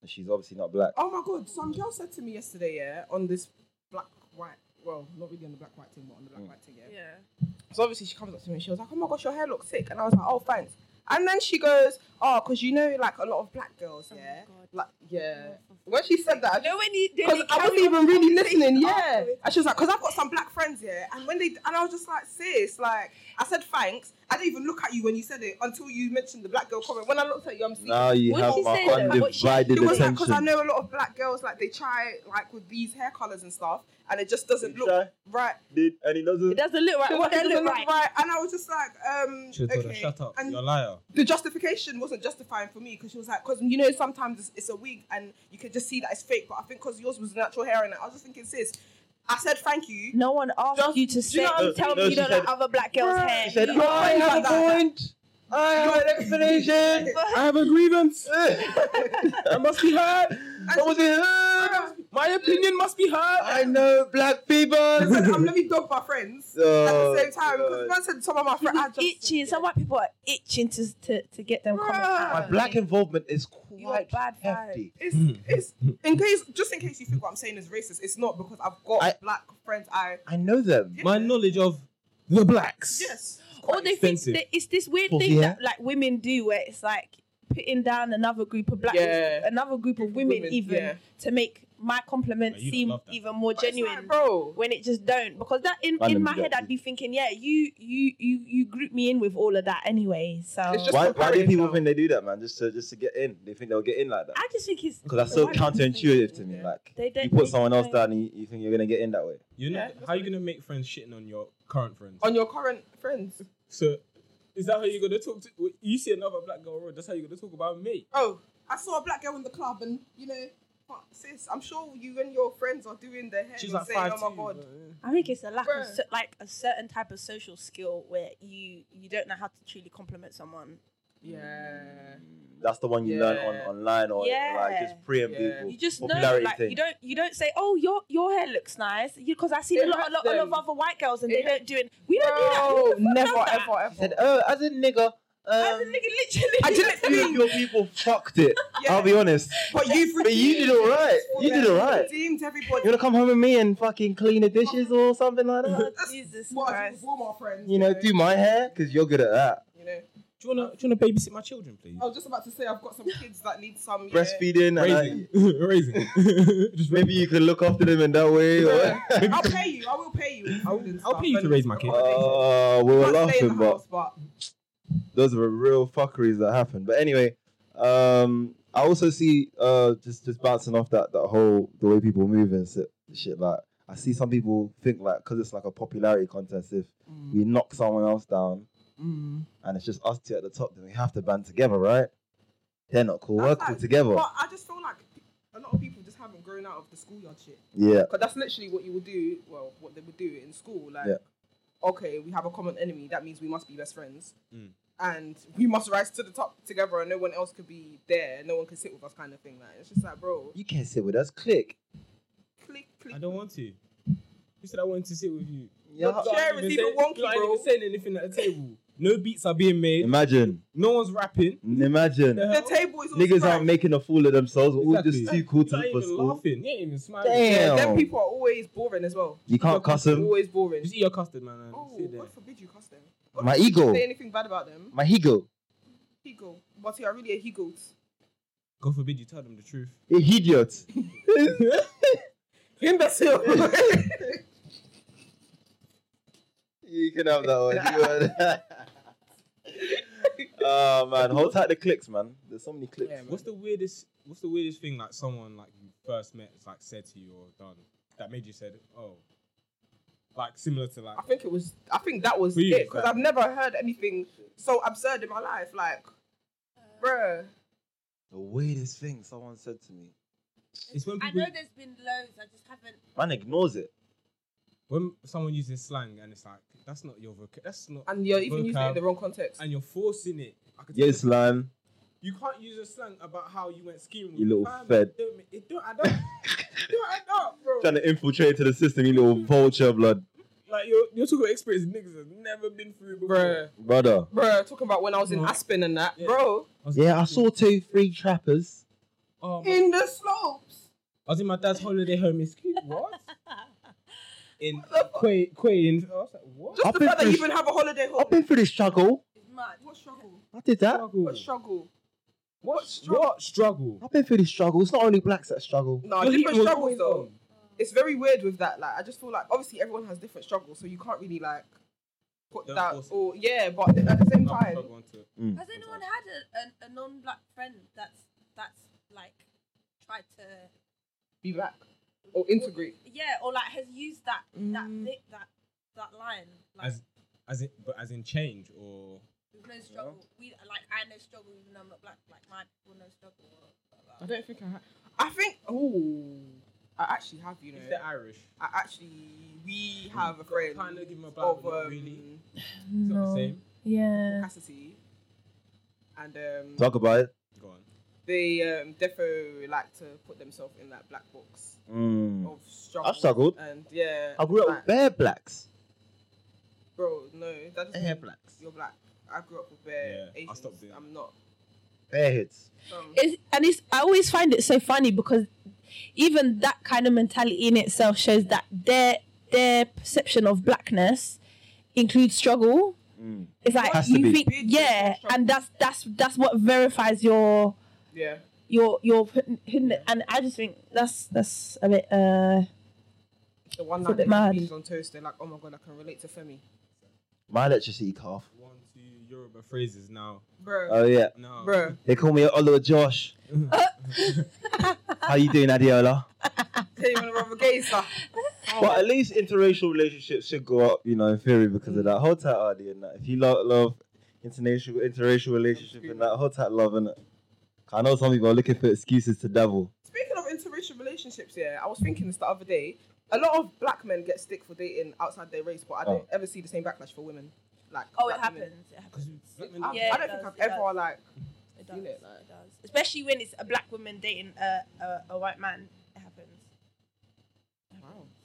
Speaker 2: And she's obviously not black.
Speaker 1: Oh my god! Some girl said to me yesterday, yeah, on this black white. Well, not really on the black white thing, but on the black
Speaker 2: Mm.
Speaker 1: white thing, yeah.
Speaker 6: Yeah.
Speaker 1: So obviously she comes up to me and she was like, "Oh my gosh, your hair looks sick," and I was like, "Oh, thanks." And then she goes, "Oh, because you know, like a lot of black girls,
Speaker 6: Oh my
Speaker 1: yeah,
Speaker 6: God.
Speaker 1: like yeah." When she said that, I
Speaker 6: You know when you they-
Speaker 1: because
Speaker 6: they
Speaker 1: I wasn't
Speaker 6: carry on
Speaker 1: even really
Speaker 6: conversation
Speaker 1: listening. Yeah,
Speaker 6: afterwards.
Speaker 1: and she was like, "Cause I've got some black friends here," and when they and I was just like, "Sis, like I said thanks. I didn't even look at you when you said it until you mentioned the black girl comment. When I looked at you, I'm seeing."
Speaker 2: Now you
Speaker 6: What'd
Speaker 2: have
Speaker 6: she say,
Speaker 2: my
Speaker 6: though? What she-
Speaker 2: undivided
Speaker 1: it was like because I
Speaker 2: attention.
Speaker 1: know a lot of black girls like they try like with these hair colors and stuff, and it just doesn't look
Speaker 2: Shy,
Speaker 1: right.
Speaker 2: did, and he doesn't.
Speaker 6: It doesn't look right.
Speaker 1: It
Speaker 6: What they
Speaker 1: doesn't
Speaker 6: look
Speaker 1: look
Speaker 6: right.
Speaker 1: And I was just like, um,
Speaker 3: She told her,
Speaker 1: okay.
Speaker 3: shut up.
Speaker 1: And
Speaker 3: You're a liar.
Speaker 1: the justification wasn't justifying for me because she was like, because you know sometimes it's, it's a wig and you could just see that it's fake, but I think because yours was natural hair and I was just thinking, sis, I said thank you.
Speaker 6: No one asked
Speaker 1: Just-
Speaker 6: you to say,
Speaker 1: know what
Speaker 2: I'm
Speaker 6: tell
Speaker 2: saying?
Speaker 6: me you
Speaker 2: No,
Speaker 6: don't
Speaker 2: she
Speaker 6: like other black girls' hair.
Speaker 2: She said,
Speaker 6: You-
Speaker 2: "I
Speaker 1: You're
Speaker 2: have
Speaker 1: like
Speaker 2: a
Speaker 1: that.
Speaker 2: point. I have an explanation. Eh,
Speaker 3: I have a grievance. I must be heard.
Speaker 1: I
Speaker 2: was it? heard.
Speaker 3: My opinion must be heard.
Speaker 2: I know black people.
Speaker 1: said, um, let me dog my friends
Speaker 2: Oh,
Speaker 1: at the same time because man said some of my friends. I just
Speaker 6: itching. Some white people are itching to to, to get them comments out.
Speaker 2: my black involvement is
Speaker 6: You are
Speaker 2: quite
Speaker 6: bad
Speaker 2: hefty.
Speaker 1: It's, it's in case just in case you think what I'm saying is racist, it's not because I've got
Speaker 2: I-
Speaker 1: black friends. I
Speaker 2: I know them.
Speaker 1: Yeah.
Speaker 3: My knowledge of the blacks.
Speaker 1: yes, it's
Speaker 6: Or
Speaker 1: quite
Speaker 6: they think
Speaker 3: expensive.
Speaker 6: that it's this weird
Speaker 2: Pussy
Speaker 6: thing
Speaker 2: hair.
Speaker 6: that like women do, where it's like putting down another group of black,
Speaker 1: Yeah.
Speaker 6: another group of women, even
Speaker 1: yeah.
Speaker 6: to make my compliments
Speaker 3: Yeah, you don't
Speaker 6: seem
Speaker 3: love that.
Speaker 6: even more
Speaker 1: But it's
Speaker 6: genuine.
Speaker 1: like, bro.
Speaker 6: when it just don't because that in,
Speaker 2: Random
Speaker 6: in my
Speaker 2: do
Speaker 6: head
Speaker 2: that.
Speaker 6: I'd be thinking yeah you you you you group me in with all of that anyway so
Speaker 1: It's just-
Speaker 2: Why, why do
Speaker 1: comparative
Speaker 2: people
Speaker 1: now.
Speaker 2: think they do that, man? Just to just to get in. They think they'll get in like that.
Speaker 6: I just think it's
Speaker 2: Because that's so
Speaker 6: Why do you think
Speaker 2: counterintuitive to me.
Speaker 1: Yeah.
Speaker 2: Like
Speaker 6: they don't
Speaker 2: you
Speaker 6: they
Speaker 2: put someone else
Speaker 6: don't-
Speaker 2: down, and you, you think you're gonna get in that way.
Speaker 3: You know
Speaker 1: Yeah, that's
Speaker 3: how
Speaker 1: what
Speaker 3: you gonna make friends shitting on your current friends?
Speaker 1: on your current friends.
Speaker 3: So is that how you're gonna talk to? You see another black girl on the road. That's how you're gonna talk about me.
Speaker 1: Oh, I saw a black girl in the club, and you know, fuck, sis, I'm sure you and your friends are doing their hair.
Speaker 3: She's
Speaker 1: and
Speaker 3: like
Speaker 1: saying,
Speaker 3: five.
Speaker 1: Oh my god.
Speaker 6: I think it's a lack of
Speaker 1: Bruh.
Speaker 6: so, like a certain type of social skill where you you don't know how to truly compliment someone
Speaker 1: Yeah.
Speaker 2: That's the one you learn on
Speaker 1: Yeah.
Speaker 2: online or
Speaker 6: Yeah.
Speaker 2: like just preeing
Speaker 1: Yeah.
Speaker 2: people.
Speaker 6: you just know
Speaker 2: Popularity
Speaker 6: like
Speaker 2: thing.
Speaker 6: you don't you don't say oh your your hair looks nice because I see
Speaker 1: It
Speaker 6: a lot a
Speaker 1: hurts
Speaker 6: lot, a lot of
Speaker 1: them.
Speaker 6: other white girls and
Speaker 1: It
Speaker 6: they don't do it we don't
Speaker 1: Bro,
Speaker 6: do that Who the fuck
Speaker 1: never,
Speaker 6: does that?
Speaker 1: ever, ever.
Speaker 2: said, oh, as a nigga,
Speaker 6: As a
Speaker 2: um,
Speaker 6: nigga literally
Speaker 1: I didn't
Speaker 2: few of
Speaker 1: mean,
Speaker 2: your people fucked it.
Speaker 1: Yeah.
Speaker 2: I'll be honest.
Speaker 1: but you've
Speaker 2: But you did all right. You did all right.
Speaker 1: Redeemed everybody.
Speaker 2: You wanna come home with me and fucking clean the dishes or something like that?
Speaker 6: Oh, Jesus
Speaker 1: What if
Speaker 6: Christ
Speaker 1: you were my friends?
Speaker 2: You know, do my hair because you're good at that.
Speaker 1: You know,
Speaker 3: Do you wanna do you wanna babysit my children, please?
Speaker 2: Oh,
Speaker 1: I was just about to say I've got some kids that need some yeah.
Speaker 2: Breastfeeding, and
Speaker 3: Raising,
Speaker 2: uh,
Speaker 3: raising. Just
Speaker 2: maybe you can look after them in that way. Or...
Speaker 1: I'll pay you. I will pay you.
Speaker 3: I'll-
Speaker 1: food and
Speaker 3: I'll
Speaker 1: stuff
Speaker 3: pay you to
Speaker 1: and
Speaker 3: raise my kid.
Speaker 1: accommodation.
Speaker 2: Oh, we were
Speaker 1: Can't stay in
Speaker 2: laughing,
Speaker 1: the
Speaker 2: but
Speaker 1: house, but
Speaker 2: those were real fuckeries that happened. But anyway, um, I also see uh, just just bouncing off that that whole the way people move and shit, shit like I see some people think like because it's like a popularity contest. If we knock someone else down and it's just us two at the top, then we have to band together, right? They're not cool. We're
Speaker 1: That's
Speaker 2: cool
Speaker 1: like-
Speaker 2: together.
Speaker 1: But I just feel like a lot of people just haven't grown out of the schoolyard shit.
Speaker 2: Yeah,
Speaker 1: Because that's literally what you would do. Well, what they would do in school. Like,
Speaker 2: Yeah.
Speaker 1: okay, we have a common enemy. That means we must be best friends.
Speaker 3: Mm.
Speaker 1: And we must rise to the top together, and no one else could be there. No one can sit with us, kind of thing. Like it's just like, bro,
Speaker 2: you can't sit with us. Click.
Speaker 1: click, click.
Speaker 3: I don't want to. You said I wanted to sit with you.
Speaker 2: Yeah.
Speaker 1: Your chair Uh, is even wonky,
Speaker 3: You're not
Speaker 1: bro.
Speaker 3: even saying anything at the table. No beats are being made.
Speaker 2: Imagine,
Speaker 3: No one's rapping.
Speaker 2: imagine.
Speaker 3: The
Speaker 1: The
Speaker 3: hell?
Speaker 1: table is all
Speaker 2: Niggas
Speaker 1: spread.
Speaker 2: aren't making a fool of themselves. We're all
Speaker 3: Exactly.
Speaker 2: just too cool to
Speaker 3: You're not
Speaker 2: look for
Speaker 3: even
Speaker 2: school.
Speaker 3: laughing. You ain't even smiling.
Speaker 2: Damn.
Speaker 1: Them people are always boring as well.
Speaker 2: You can't cuss
Speaker 1: They're
Speaker 2: them.
Speaker 1: Always boring.
Speaker 3: Just eat your custard, man. and
Speaker 1: Oh,
Speaker 3: sit there.
Speaker 1: God forbid you cuss them. God
Speaker 2: My
Speaker 1: forbid you
Speaker 2: ego.
Speaker 1: Say anything bad about them.
Speaker 2: My ego.
Speaker 1: He go. But you are really a he goat.
Speaker 3: God forbid you tell them the truth.
Speaker 2: Idiot.
Speaker 1: Imbecile.
Speaker 2: You can have that one. You can- oh man, hold tight the clicks, man. There's so many clicks.
Speaker 1: Yeah, man.
Speaker 3: What's the weirdest? What's the weirdest thing like someone like you first met like said to you or done that made you said oh, like similar to like
Speaker 1: I think it was. I think that was
Speaker 3: For you,
Speaker 1: it because
Speaker 3: yeah.
Speaker 1: I've never heard anything so absurd in my life. Like, bruh.
Speaker 2: The weirdest thing someone said to me.
Speaker 3: It's when
Speaker 4: I
Speaker 3: people-
Speaker 4: know there's been loads. I just haven't.
Speaker 2: Man ignores it.
Speaker 3: when someone uses slang and it's like that's not your voc- that's not
Speaker 1: And you're even using it in
Speaker 3: vocab,
Speaker 1: the wrong context.
Speaker 3: and you're forcing it. I could
Speaker 2: Yes,
Speaker 3: tell
Speaker 2: man.
Speaker 3: you can't use a slang about how you went skiing. With
Speaker 2: You
Speaker 3: your
Speaker 2: little
Speaker 3: family.
Speaker 2: fed.
Speaker 3: It don't, ma- it don't add up. it don't add up, bro.
Speaker 2: Trying to infiltrate into the system, you little vulture blood.
Speaker 3: Like you're you're talking about experience niggas have never been through before.
Speaker 1: Bruh.
Speaker 2: Brother.
Speaker 1: Bruh, talking about when I was in
Speaker 3: Right.
Speaker 1: Aspen and that,
Speaker 3: Yeah.
Speaker 1: bro.
Speaker 3: was
Speaker 7: Yeah, I
Speaker 3: thinking,
Speaker 7: saw two, three trappers.
Speaker 3: Oh, my-
Speaker 1: In the slopes.
Speaker 3: I was in my dad's holiday home in Ski. What? In Quay, Quay in. I was like, what?
Speaker 1: Just
Speaker 7: I've
Speaker 1: the
Speaker 7: been
Speaker 1: fact that you
Speaker 7: through-
Speaker 1: even have a holiday home.
Speaker 7: I've been through this struggle.
Speaker 4: It's mad.
Speaker 1: What struggle?
Speaker 7: I did that.
Speaker 1: What
Speaker 3: Struggle.
Speaker 1: struggle?
Speaker 3: What
Speaker 1: struggle?
Speaker 3: What struggle?
Speaker 7: I've been through this struggle. It's not only blacks that struggle.
Speaker 1: No,
Speaker 3: Well, he
Speaker 1: different
Speaker 3: was
Speaker 1: struggles
Speaker 3: always
Speaker 1: though.
Speaker 3: on.
Speaker 1: It's very weird with that. Like, I just feel like obviously everyone has different struggles, so you can't really like put
Speaker 3: Don't
Speaker 1: that
Speaker 3: force it.
Speaker 1: or yeah. But at the same
Speaker 3: No,
Speaker 1: time,
Speaker 3: struggle onto it.
Speaker 4: Has anyone had a, a, a non-black friend that's that's like tried to
Speaker 1: be black or integrate.
Speaker 4: yeah or like has used that that
Speaker 1: Mm.
Speaker 4: thi- that that line like
Speaker 3: As as in, but as in change or
Speaker 4: there's no struggle we like I know struggle even though I'm not black like my people know struggle
Speaker 1: I don't think I. Ha- I think oh, I actually have you know.
Speaker 3: if they're Irish.
Speaker 1: I actually we have a friend
Speaker 3: Kinda give 'em a bad,
Speaker 1: of
Speaker 3: but not
Speaker 1: um,
Speaker 3: really. It's
Speaker 6: Mm,
Speaker 3: not the same.
Speaker 4: yeah
Speaker 1: Cassidy, and um,
Speaker 2: Talk about it.
Speaker 3: Go on.
Speaker 1: they um, defo like to put themselves in that black box
Speaker 2: Mm.
Speaker 1: of struggle.
Speaker 2: I've struggled.
Speaker 1: and yeah,
Speaker 7: I grew up
Speaker 1: like,
Speaker 7: with bare blacks.
Speaker 1: bro. No, that doesn't
Speaker 7: Bare
Speaker 1: mean
Speaker 7: blacks.
Speaker 1: You're black. I grew up with bare
Speaker 3: Yeah, I
Speaker 1: Asians.
Speaker 3: stopped doing
Speaker 1: I'm not.
Speaker 7: Bare heads.
Speaker 1: Um,
Speaker 6: It's, and it's I always find it so funny because even that kind of mentality in itself shows that their their perception of blackness includes struggle.
Speaker 2: Mm.
Speaker 6: It's like
Speaker 7: Has to
Speaker 6: you
Speaker 7: be.
Speaker 6: think,
Speaker 1: Big
Speaker 6: yeah,
Speaker 1: struggle.
Speaker 6: and that's that's that's what verifies your
Speaker 1: yeah,
Speaker 6: your your hidden. And I just think that's that's a bit. uh
Speaker 1: the one
Speaker 6: It's a
Speaker 1: that
Speaker 6: bit mad.
Speaker 1: beans on toast. They're like, oh my god, I can relate to Femi,
Speaker 7: My electricity calf.
Speaker 3: One two Yoruba phrases now.
Speaker 1: bro,
Speaker 7: Oh yeah.
Speaker 3: No.
Speaker 1: bro.
Speaker 7: They call me Oliver Josh. How you doing, Adiola?
Speaker 1: Tell you when I'm with a gay Oh, stuff.
Speaker 2: But at least interracial relationships should go up, you know, in theory because of that. Hold tight, Ardy, and that. If you love, love international interracial relationship and that, hold tight, love and that. I know some people are looking for excuses to dabble.
Speaker 1: Speaking of interracial relationships, yeah, I was thinking this the other day. A lot of black men get stick for dating outside their race, but I don't
Speaker 2: Oh.
Speaker 1: ever see the same backlash for women. Like,
Speaker 4: oh it
Speaker 1: black women.
Speaker 4: happens it happens
Speaker 3: Because black men
Speaker 1: I,
Speaker 4: Yeah,
Speaker 1: I don't
Speaker 4: it
Speaker 1: think
Speaker 4: does,
Speaker 1: I've
Speaker 4: it
Speaker 1: ever
Speaker 4: does.
Speaker 1: like
Speaker 4: it does
Speaker 1: Seen it,
Speaker 4: it
Speaker 1: like-
Speaker 4: does especially when it's a black woman dating a a, a white man it happens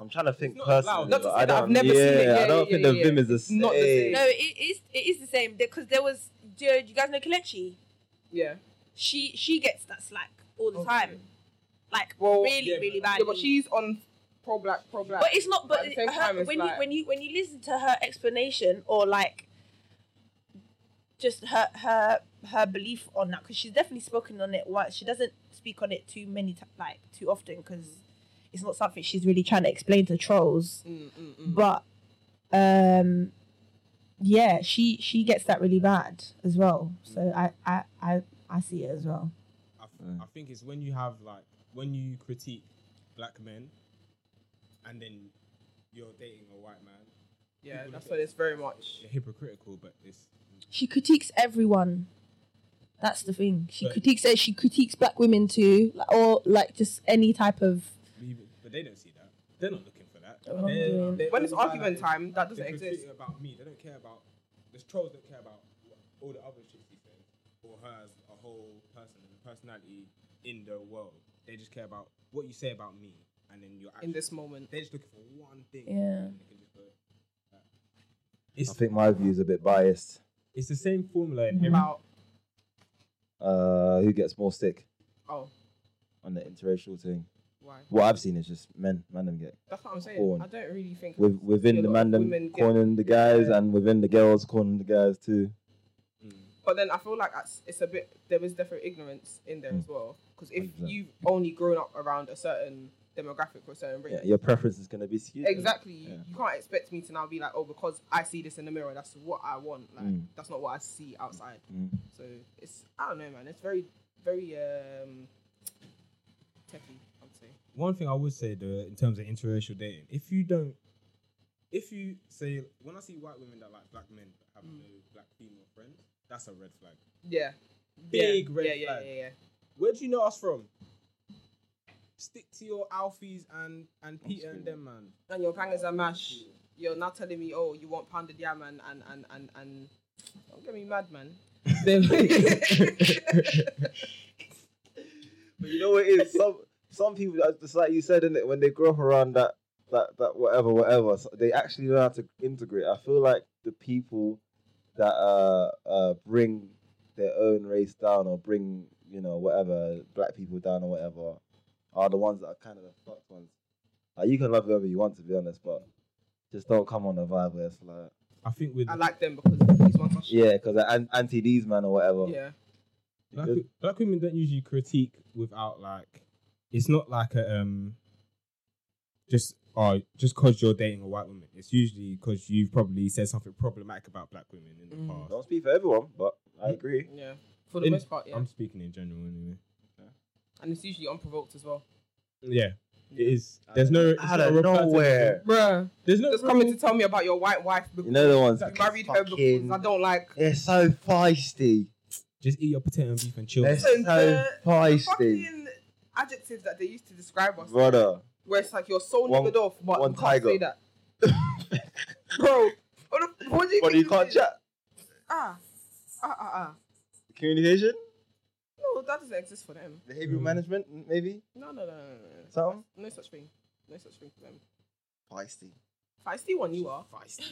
Speaker 2: I'm trying to think
Speaker 3: It's not
Speaker 2: personally.
Speaker 3: allowed. Not to
Speaker 2: but
Speaker 1: say
Speaker 2: I
Speaker 1: that
Speaker 2: don't,
Speaker 1: I've never seen it.
Speaker 2: yeah, I
Speaker 1: Yeah,
Speaker 2: don't
Speaker 1: yeah,
Speaker 2: think the
Speaker 1: yeah,
Speaker 2: vim
Speaker 1: yeah.
Speaker 2: is the
Speaker 1: It's not the
Speaker 2: same.
Speaker 1: same.
Speaker 4: no it is it is the same because there was do you guys know Kelechi
Speaker 1: yeah.
Speaker 4: she she gets that slack all the
Speaker 1: Okay.
Speaker 4: time, like
Speaker 1: Well,
Speaker 4: really
Speaker 3: yeah,
Speaker 4: really
Speaker 3: but-
Speaker 4: badly.
Speaker 1: Yeah, but she's on pro black, pro black.
Speaker 6: But it's not.
Speaker 1: But
Speaker 6: But
Speaker 1: at the
Speaker 6: it-
Speaker 1: same
Speaker 6: her-
Speaker 1: time, it's
Speaker 6: when
Speaker 1: like-
Speaker 6: you when you when you listen to her explanation or like just her her her belief on that because she's definitely spoken on it once. She doesn't speak on it too many ti- like too often because it's not something she's really trying to explain to trolls.
Speaker 1: Mm, mm, mm.
Speaker 6: But um, yeah, she she gets that really bad as well. So
Speaker 1: Mm.
Speaker 6: I I I, I see it as well.
Speaker 3: I, th-
Speaker 2: Mm.
Speaker 3: I think it's when you have like when you critique black men, and then you're dating a white man.
Speaker 1: yeah, that's what it's very much.
Speaker 3: You're hypocritical, but it's
Speaker 6: She critiques everyone. That's the thing. She
Speaker 3: Right.
Speaker 6: critiques critiques. She critiques black women too, like- or like just any type of.
Speaker 3: leave- but they don't see that. They're not looking for that.
Speaker 6: Wrongdoing.
Speaker 3: They're- they're
Speaker 1: When it's
Speaker 3: all about
Speaker 1: argument
Speaker 3: that.
Speaker 1: time, that
Speaker 3: They
Speaker 1: doesn't
Speaker 3: critique
Speaker 1: exist.
Speaker 3: about me. They don't care about the trolls. Don't care about what- all the other shit she says or her as a whole person and personality in the world. They just care about what you say about me, and then you're
Speaker 1: In this moment,
Speaker 3: They're just looking for one thing.
Speaker 6: Yeah.
Speaker 3: and they can just go, like, uh, It's
Speaker 2: I think my view is a bit biased.
Speaker 3: It's the same formula in every.
Speaker 1: About
Speaker 2: Uh, who gets more stick
Speaker 1: oh
Speaker 2: on the interracial thing?
Speaker 1: why?
Speaker 2: What I've seen is just men, men them get
Speaker 1: That's what I'm saying.
Speaker 2: Porn.
Speaker 1: I don't really think
Speaker 2: with, within
Speaker 1: Yeah,
Speaker 2: the
Speaker 1: a lot
Speaker 2: man
Speaker 1: of
Speaker 2: them
Speaker 1: women get-
Speaker 2: cornering the guys
Speaker 1: Yeah.
Speaker 2: and within the girls cornering the guys too.
Speaker 1: But then I feel like that's, it's a bit there is definitely ignorance in there
Speaker 2: Mm.
Speaker 1: as well because if
Speaker 2: 100%.
Speaker 1: you've only grown up around a certain demographic or a certain race,
Speaker 2: Yeah, your preference is gonna be skewed.
Speaker 1: exactly, you-
Speaker 2: Yeah.
Speaker 1: you can't expect me to now be like, oh, because I see this in the mirror, that's what I want. Like
Speaker 2: Mm.
Speaker 1: that's not what I see outside.
Speaker 2: Mm.
Speaker 1: So it's I don't know, man. It's very very um techy, I'd say.
Speaker 3: One thing I would say though, in terms of interracial dating, if you don't, if you say, when I see white women that like black men but have
Speaker 1: Mm.
Speaker 3: no black female friends, that's a red flag.
Speaker 1: Yeah,
Speaker 3: Big
Speaker 1: yeah.
Speaker 3: red
Speaker 1: yeah, yeah,
Speaker 3: flag.
Speaker 1: yeah, yeah.
Speaker 3: Where do you know us from? Stick to your Alfies and and Peter
Speaker 2: screaming.
Speaker 3: and them man.
Speaker 1: And your bangers and mash. You're not telling me, oh, you want pounded yam and and and and, and... don't get me mad, man.
Speaker 2: But you know what it is? Some some people, uh, just like you said, in it when they grow up around that that that whatever whatever, so they actually learn how to integrate. I feel like the people that uh uh bring their own race down or bring you know whatever black people down or whatever are the ones that are kind of the fucked ones. Like you can love whoever you want to be honest, but just don't come on a vibe where it's like
Speaker 3: I think with
Speaker 1: I like them because these ones are sh-
Speaker 2: yeah, because an- anti these man or whatever.
Speaker 1: yeah.
Speaker 3: black, wo- black women don't usually critique without like it's not like a um just oh just because you're dating a white woman it's usually because you've probably said something problematic about black women in the
Speaker 1: Mm.
Speaker 3: past
Speaker 2: Don't speak for everyone, but I agree.
Speaker 1: Yeah. For the
Speaker 3: In-
Speaker 1: most part, yeah.
Speaker 3: i'm speaking in general anyway
Speaker 1: and it's usually unprovoked as well.
Speaker 3: yeah it is
Speaker 2: Out
Speaker 3: there's
Speaker 2: of-
Speaker 3: no
Speaker 2: out of nowhere.
Speaker 1: Bruh.
Speaker 3: there's no
Speaker 1: Just
Speaker 3: real-
Speaker 1: coming to tell me about your white wife
Speaker 2: You
Speaker 1: because
Speaker 2: know the ones
Speaker 1: you
Speaker 2: that can
Speaker 1: married her because
Speaker 2: fucking-
Speaker 1: I don't like
Speaker 2: They're so feisty.
Speaker 3: just eat your potato and beef and chill
Speaker 2: They're
Speaker 1: Listen,
Speaker 2: so
Speaker 1: the- the
Speaker 2: feisty.
Speaker 1: fucking adjectives that they used to describe us.
Speaker 2: Brother.
Speaker 1: Where it's like you're so
Speaker 2: One-
Speaker 1: niggered off, but
Speaker 2: one
Speaker 1: you can't
Speaker 2: tiger.
Speaker 1: say that. Bro, what, the, what do you
Speaker 2: But
Speaker 1: think
Speaker 2: you can't
Speaker 1: it is?
Speaker 2: chat.
Speaker 1: Ah, ah, ah, ah.
Speaker 2: Communication?
Speaker 1: No, that doesn't exist for them.
Speaker 2: Behavioral
Speaker 3: Mm.
Speaker 2: management, m- maybe?
Speaker 1: No, no, no, no, no, no.
Speaker 2: Something?
Speaker 1: No such thing. No such thing for them.
Speaker 2: Feisty.
Speaker 1: Feisty one you are.
Speaker 3: feisty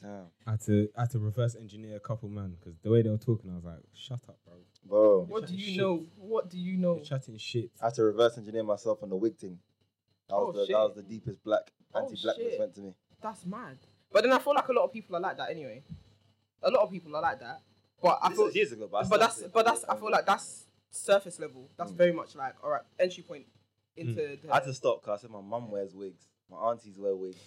Speaker 2: Damn.
Speaker 3: I had to I had to reverse engineer a couple man because the way they were talking I was like shut up bro
Speaker 2: Bro.
Speaker 1: What do
Speaker 3: Shit.
Speaker 1: you know? What do you know?
Speaker 3: you're chatting shit
Speaker 2: I had to reverse engineer myself on the wig thing. That was,
Speaker 1: Oh,
Speaker 2: the,
Speaker 1: shit.
Speaker 2: that was the deepest black
Speaker 1: Oh,
Speaker 2: anti blackness
Speaker 1: shit.
Speaker 2: went to me.
Speaker 1: That's mad. But then I feel like a lot of people are like that anyway. A lot of people are like that. But I
Speaker 2: This
Speaker 1: feel,
Speaker 2: was years ago, but, I
Speaker 1: but
Speaker 2: still
Speaker 1: that's,
Speaker 2: did.
Speaker 1: but that's, I feel like that's surface level. That's
Speaker 3: Hmm.
Speaker 2: Mm.
Speaker 1: very much like, all right, entry point into
Speaker 2: I had
Speaker 1: the.
Speaker 2: to stop because I said my mum wears wigs. My aunties wear wigs.